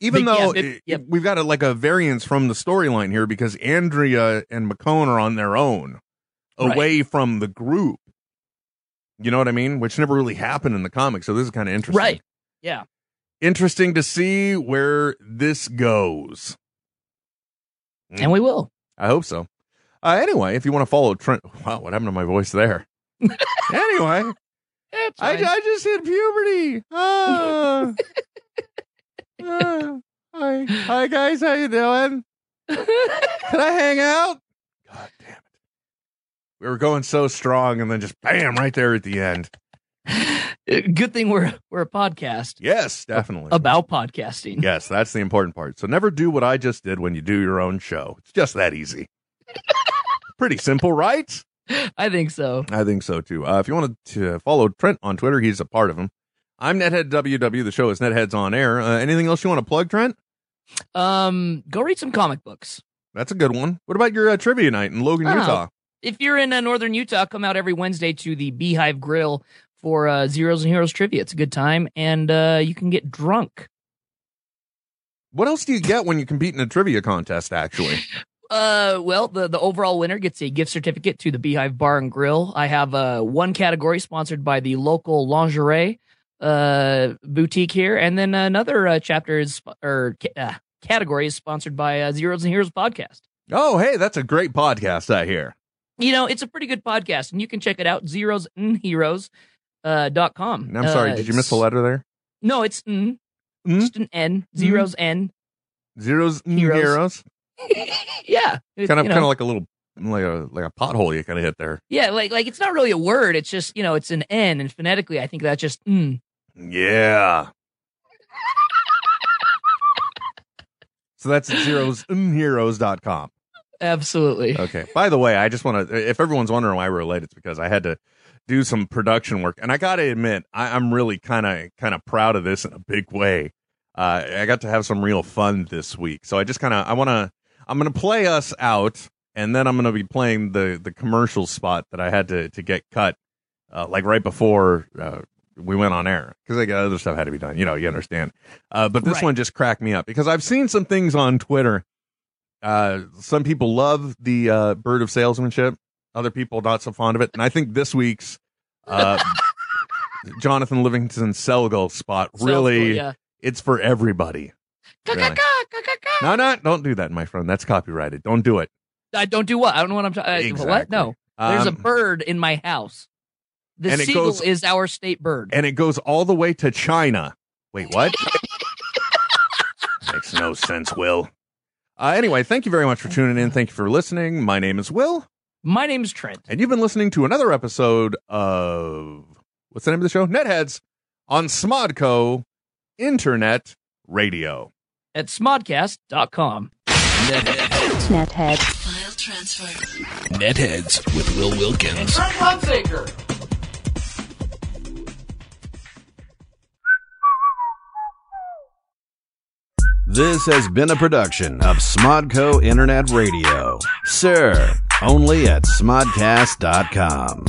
S7: even
S8: Big- yeah,
S7: though
S8: big-
S7: eh,
S8: yep.
S7: we've got a, like a variance from the storyline here because Andrea and McCone are on their own
S8: Right.
S7: away from the group. You know what I mean? Which never really happened in the comics. So this is kind of interesting.
S8: Right. Yeah.
S7: Interesting to see where this goes.
S8: And we will.
S7: I hope so. Uh, anyway, if you want to follow Trent, (laughs) wow, what happened to my voice
S8: (laughs)
S7: there? anyway,
S8: That's
S7: I,
S8: fine.
S7: I just hit puberty. Ah. Ah. hi, hi guys, how you doing? Can I hang out? God damn it! We were going so strong, and then just bam, right there at the end.
S8: (laughs) Good thing we're we're a podcast
S7: Yes, definitely.
S8: about podcasting.
S7: yes, that's the important part. So never do what I just did when you do your own show. It's just that easy. Pretty simple, right?
S8: I think so.
S7: I think so too. Uh, if you wanted to follow Trent on Twitter, he's a part of him. I'm Nethead WW. The show is Netheads on Air. Uh, anything else you want to plug, Trent?
S8: Um, go read some comic books.
S7: That's a good one. What about your uh, trivia night in Logan,
S8: Oh.
S7: Utah?
S8: If you're in uh, northern Utah, come out every Wednesday to the Beehive Grill for uh, Zeros and Heroes trivia. It's a good time, and uh, you can get drunk.
S7: What else do you get when you compete in a trivia contest?
S8: (laughs)
S7: Actually,
S8: Uh, well, the, the overall winner gets a gift certificate to the Beehive Bar and Grill. I have uh, one category sponsored by the local lingerie uh, boutique here, and then another uh, chapter is or ca- uh, category is sponsored by uh, Zeros and Heroes podcast.
S7: oh hey, that's a great podcast. I hear.
S8: You know, it's a pretty good podcast, and you can check it out. Zeros and Heroes. Uh, dot com.
S7: And I'm sorry,
S8: Uh,
S7: did you miss a
S8: it's-
S7: letter there?
S8: No, it's mm,
S7: Mm?
S8: just an N,
S7: Mm-hmm.
S8: zeros N.
S7: Zeros, and
S8: Heroes.
S7: heroes.
S8: Yeah, It-
S7: Kind of,
S8: you know,
S7: kind of like a little, like a like a pothole you kind of hit there.
S8: yeah, like like it's not really a word. It's just you know, it's an N, and phonetically, I think that's just mm.
S7: Yeah. so that's zeros heroes.com.
S8: absolutely.
S7: Okay. By the way, I just want to, if everyone's wondering why we're late, it's because I had to do some production work. And I got to admit, I, I'm really kind of, kind of proud of this in a big way. Uh, I got to have some real fun this week. So I just kind of, I want to, I'm going to play us out and then I'm going to be playing the, the commercial spot that I had to, to get cut, uh, like right before, uh, we went on air because I got other stuff had to be done. You know, you understand. Uh, but this
S8: Right.
S7: one just cracked me up because I've seen some things on Twitter uh, some people love the uh, bird of salesmanship. Other people not so fond of it. And I think this week's uh, Jonathan Livingston Selgo spot
S8: Sounds
S7: really
S8: cool, yeah.
S7: it's for everybody. Really.
S8: Ka-ka-ka,
S7: No, no, don't do that, my friend. That's copyrighted. Don't do it.
S8: I don't do what I don't know what I'm talking. What?
S7: Exactly.
S8: No, there's a
S7: Um,
S8: bird in my house. The
S7: and it
S8: seagull
S7: goes-
S8: is our state bird.
S7: and it goes all the way to China. Wait, what? Makes no sense, Will. Uh, anyway, thank you very much for tuning in. Thank you for listening. My name is Will,
S8: my name's Trent.
S7: and you've been listening to another episode of what's the name of the show? Netheads on Smodco Internet Radio.
S8: at smodcast.com.
S10: Nethead.
S5: File transfer.
S6: Netheads with Will Wilkins.
S8: Trent Hunsaker.
S11: This has been a production of Smodco Internet Radio. Sir, only at smodcast.com.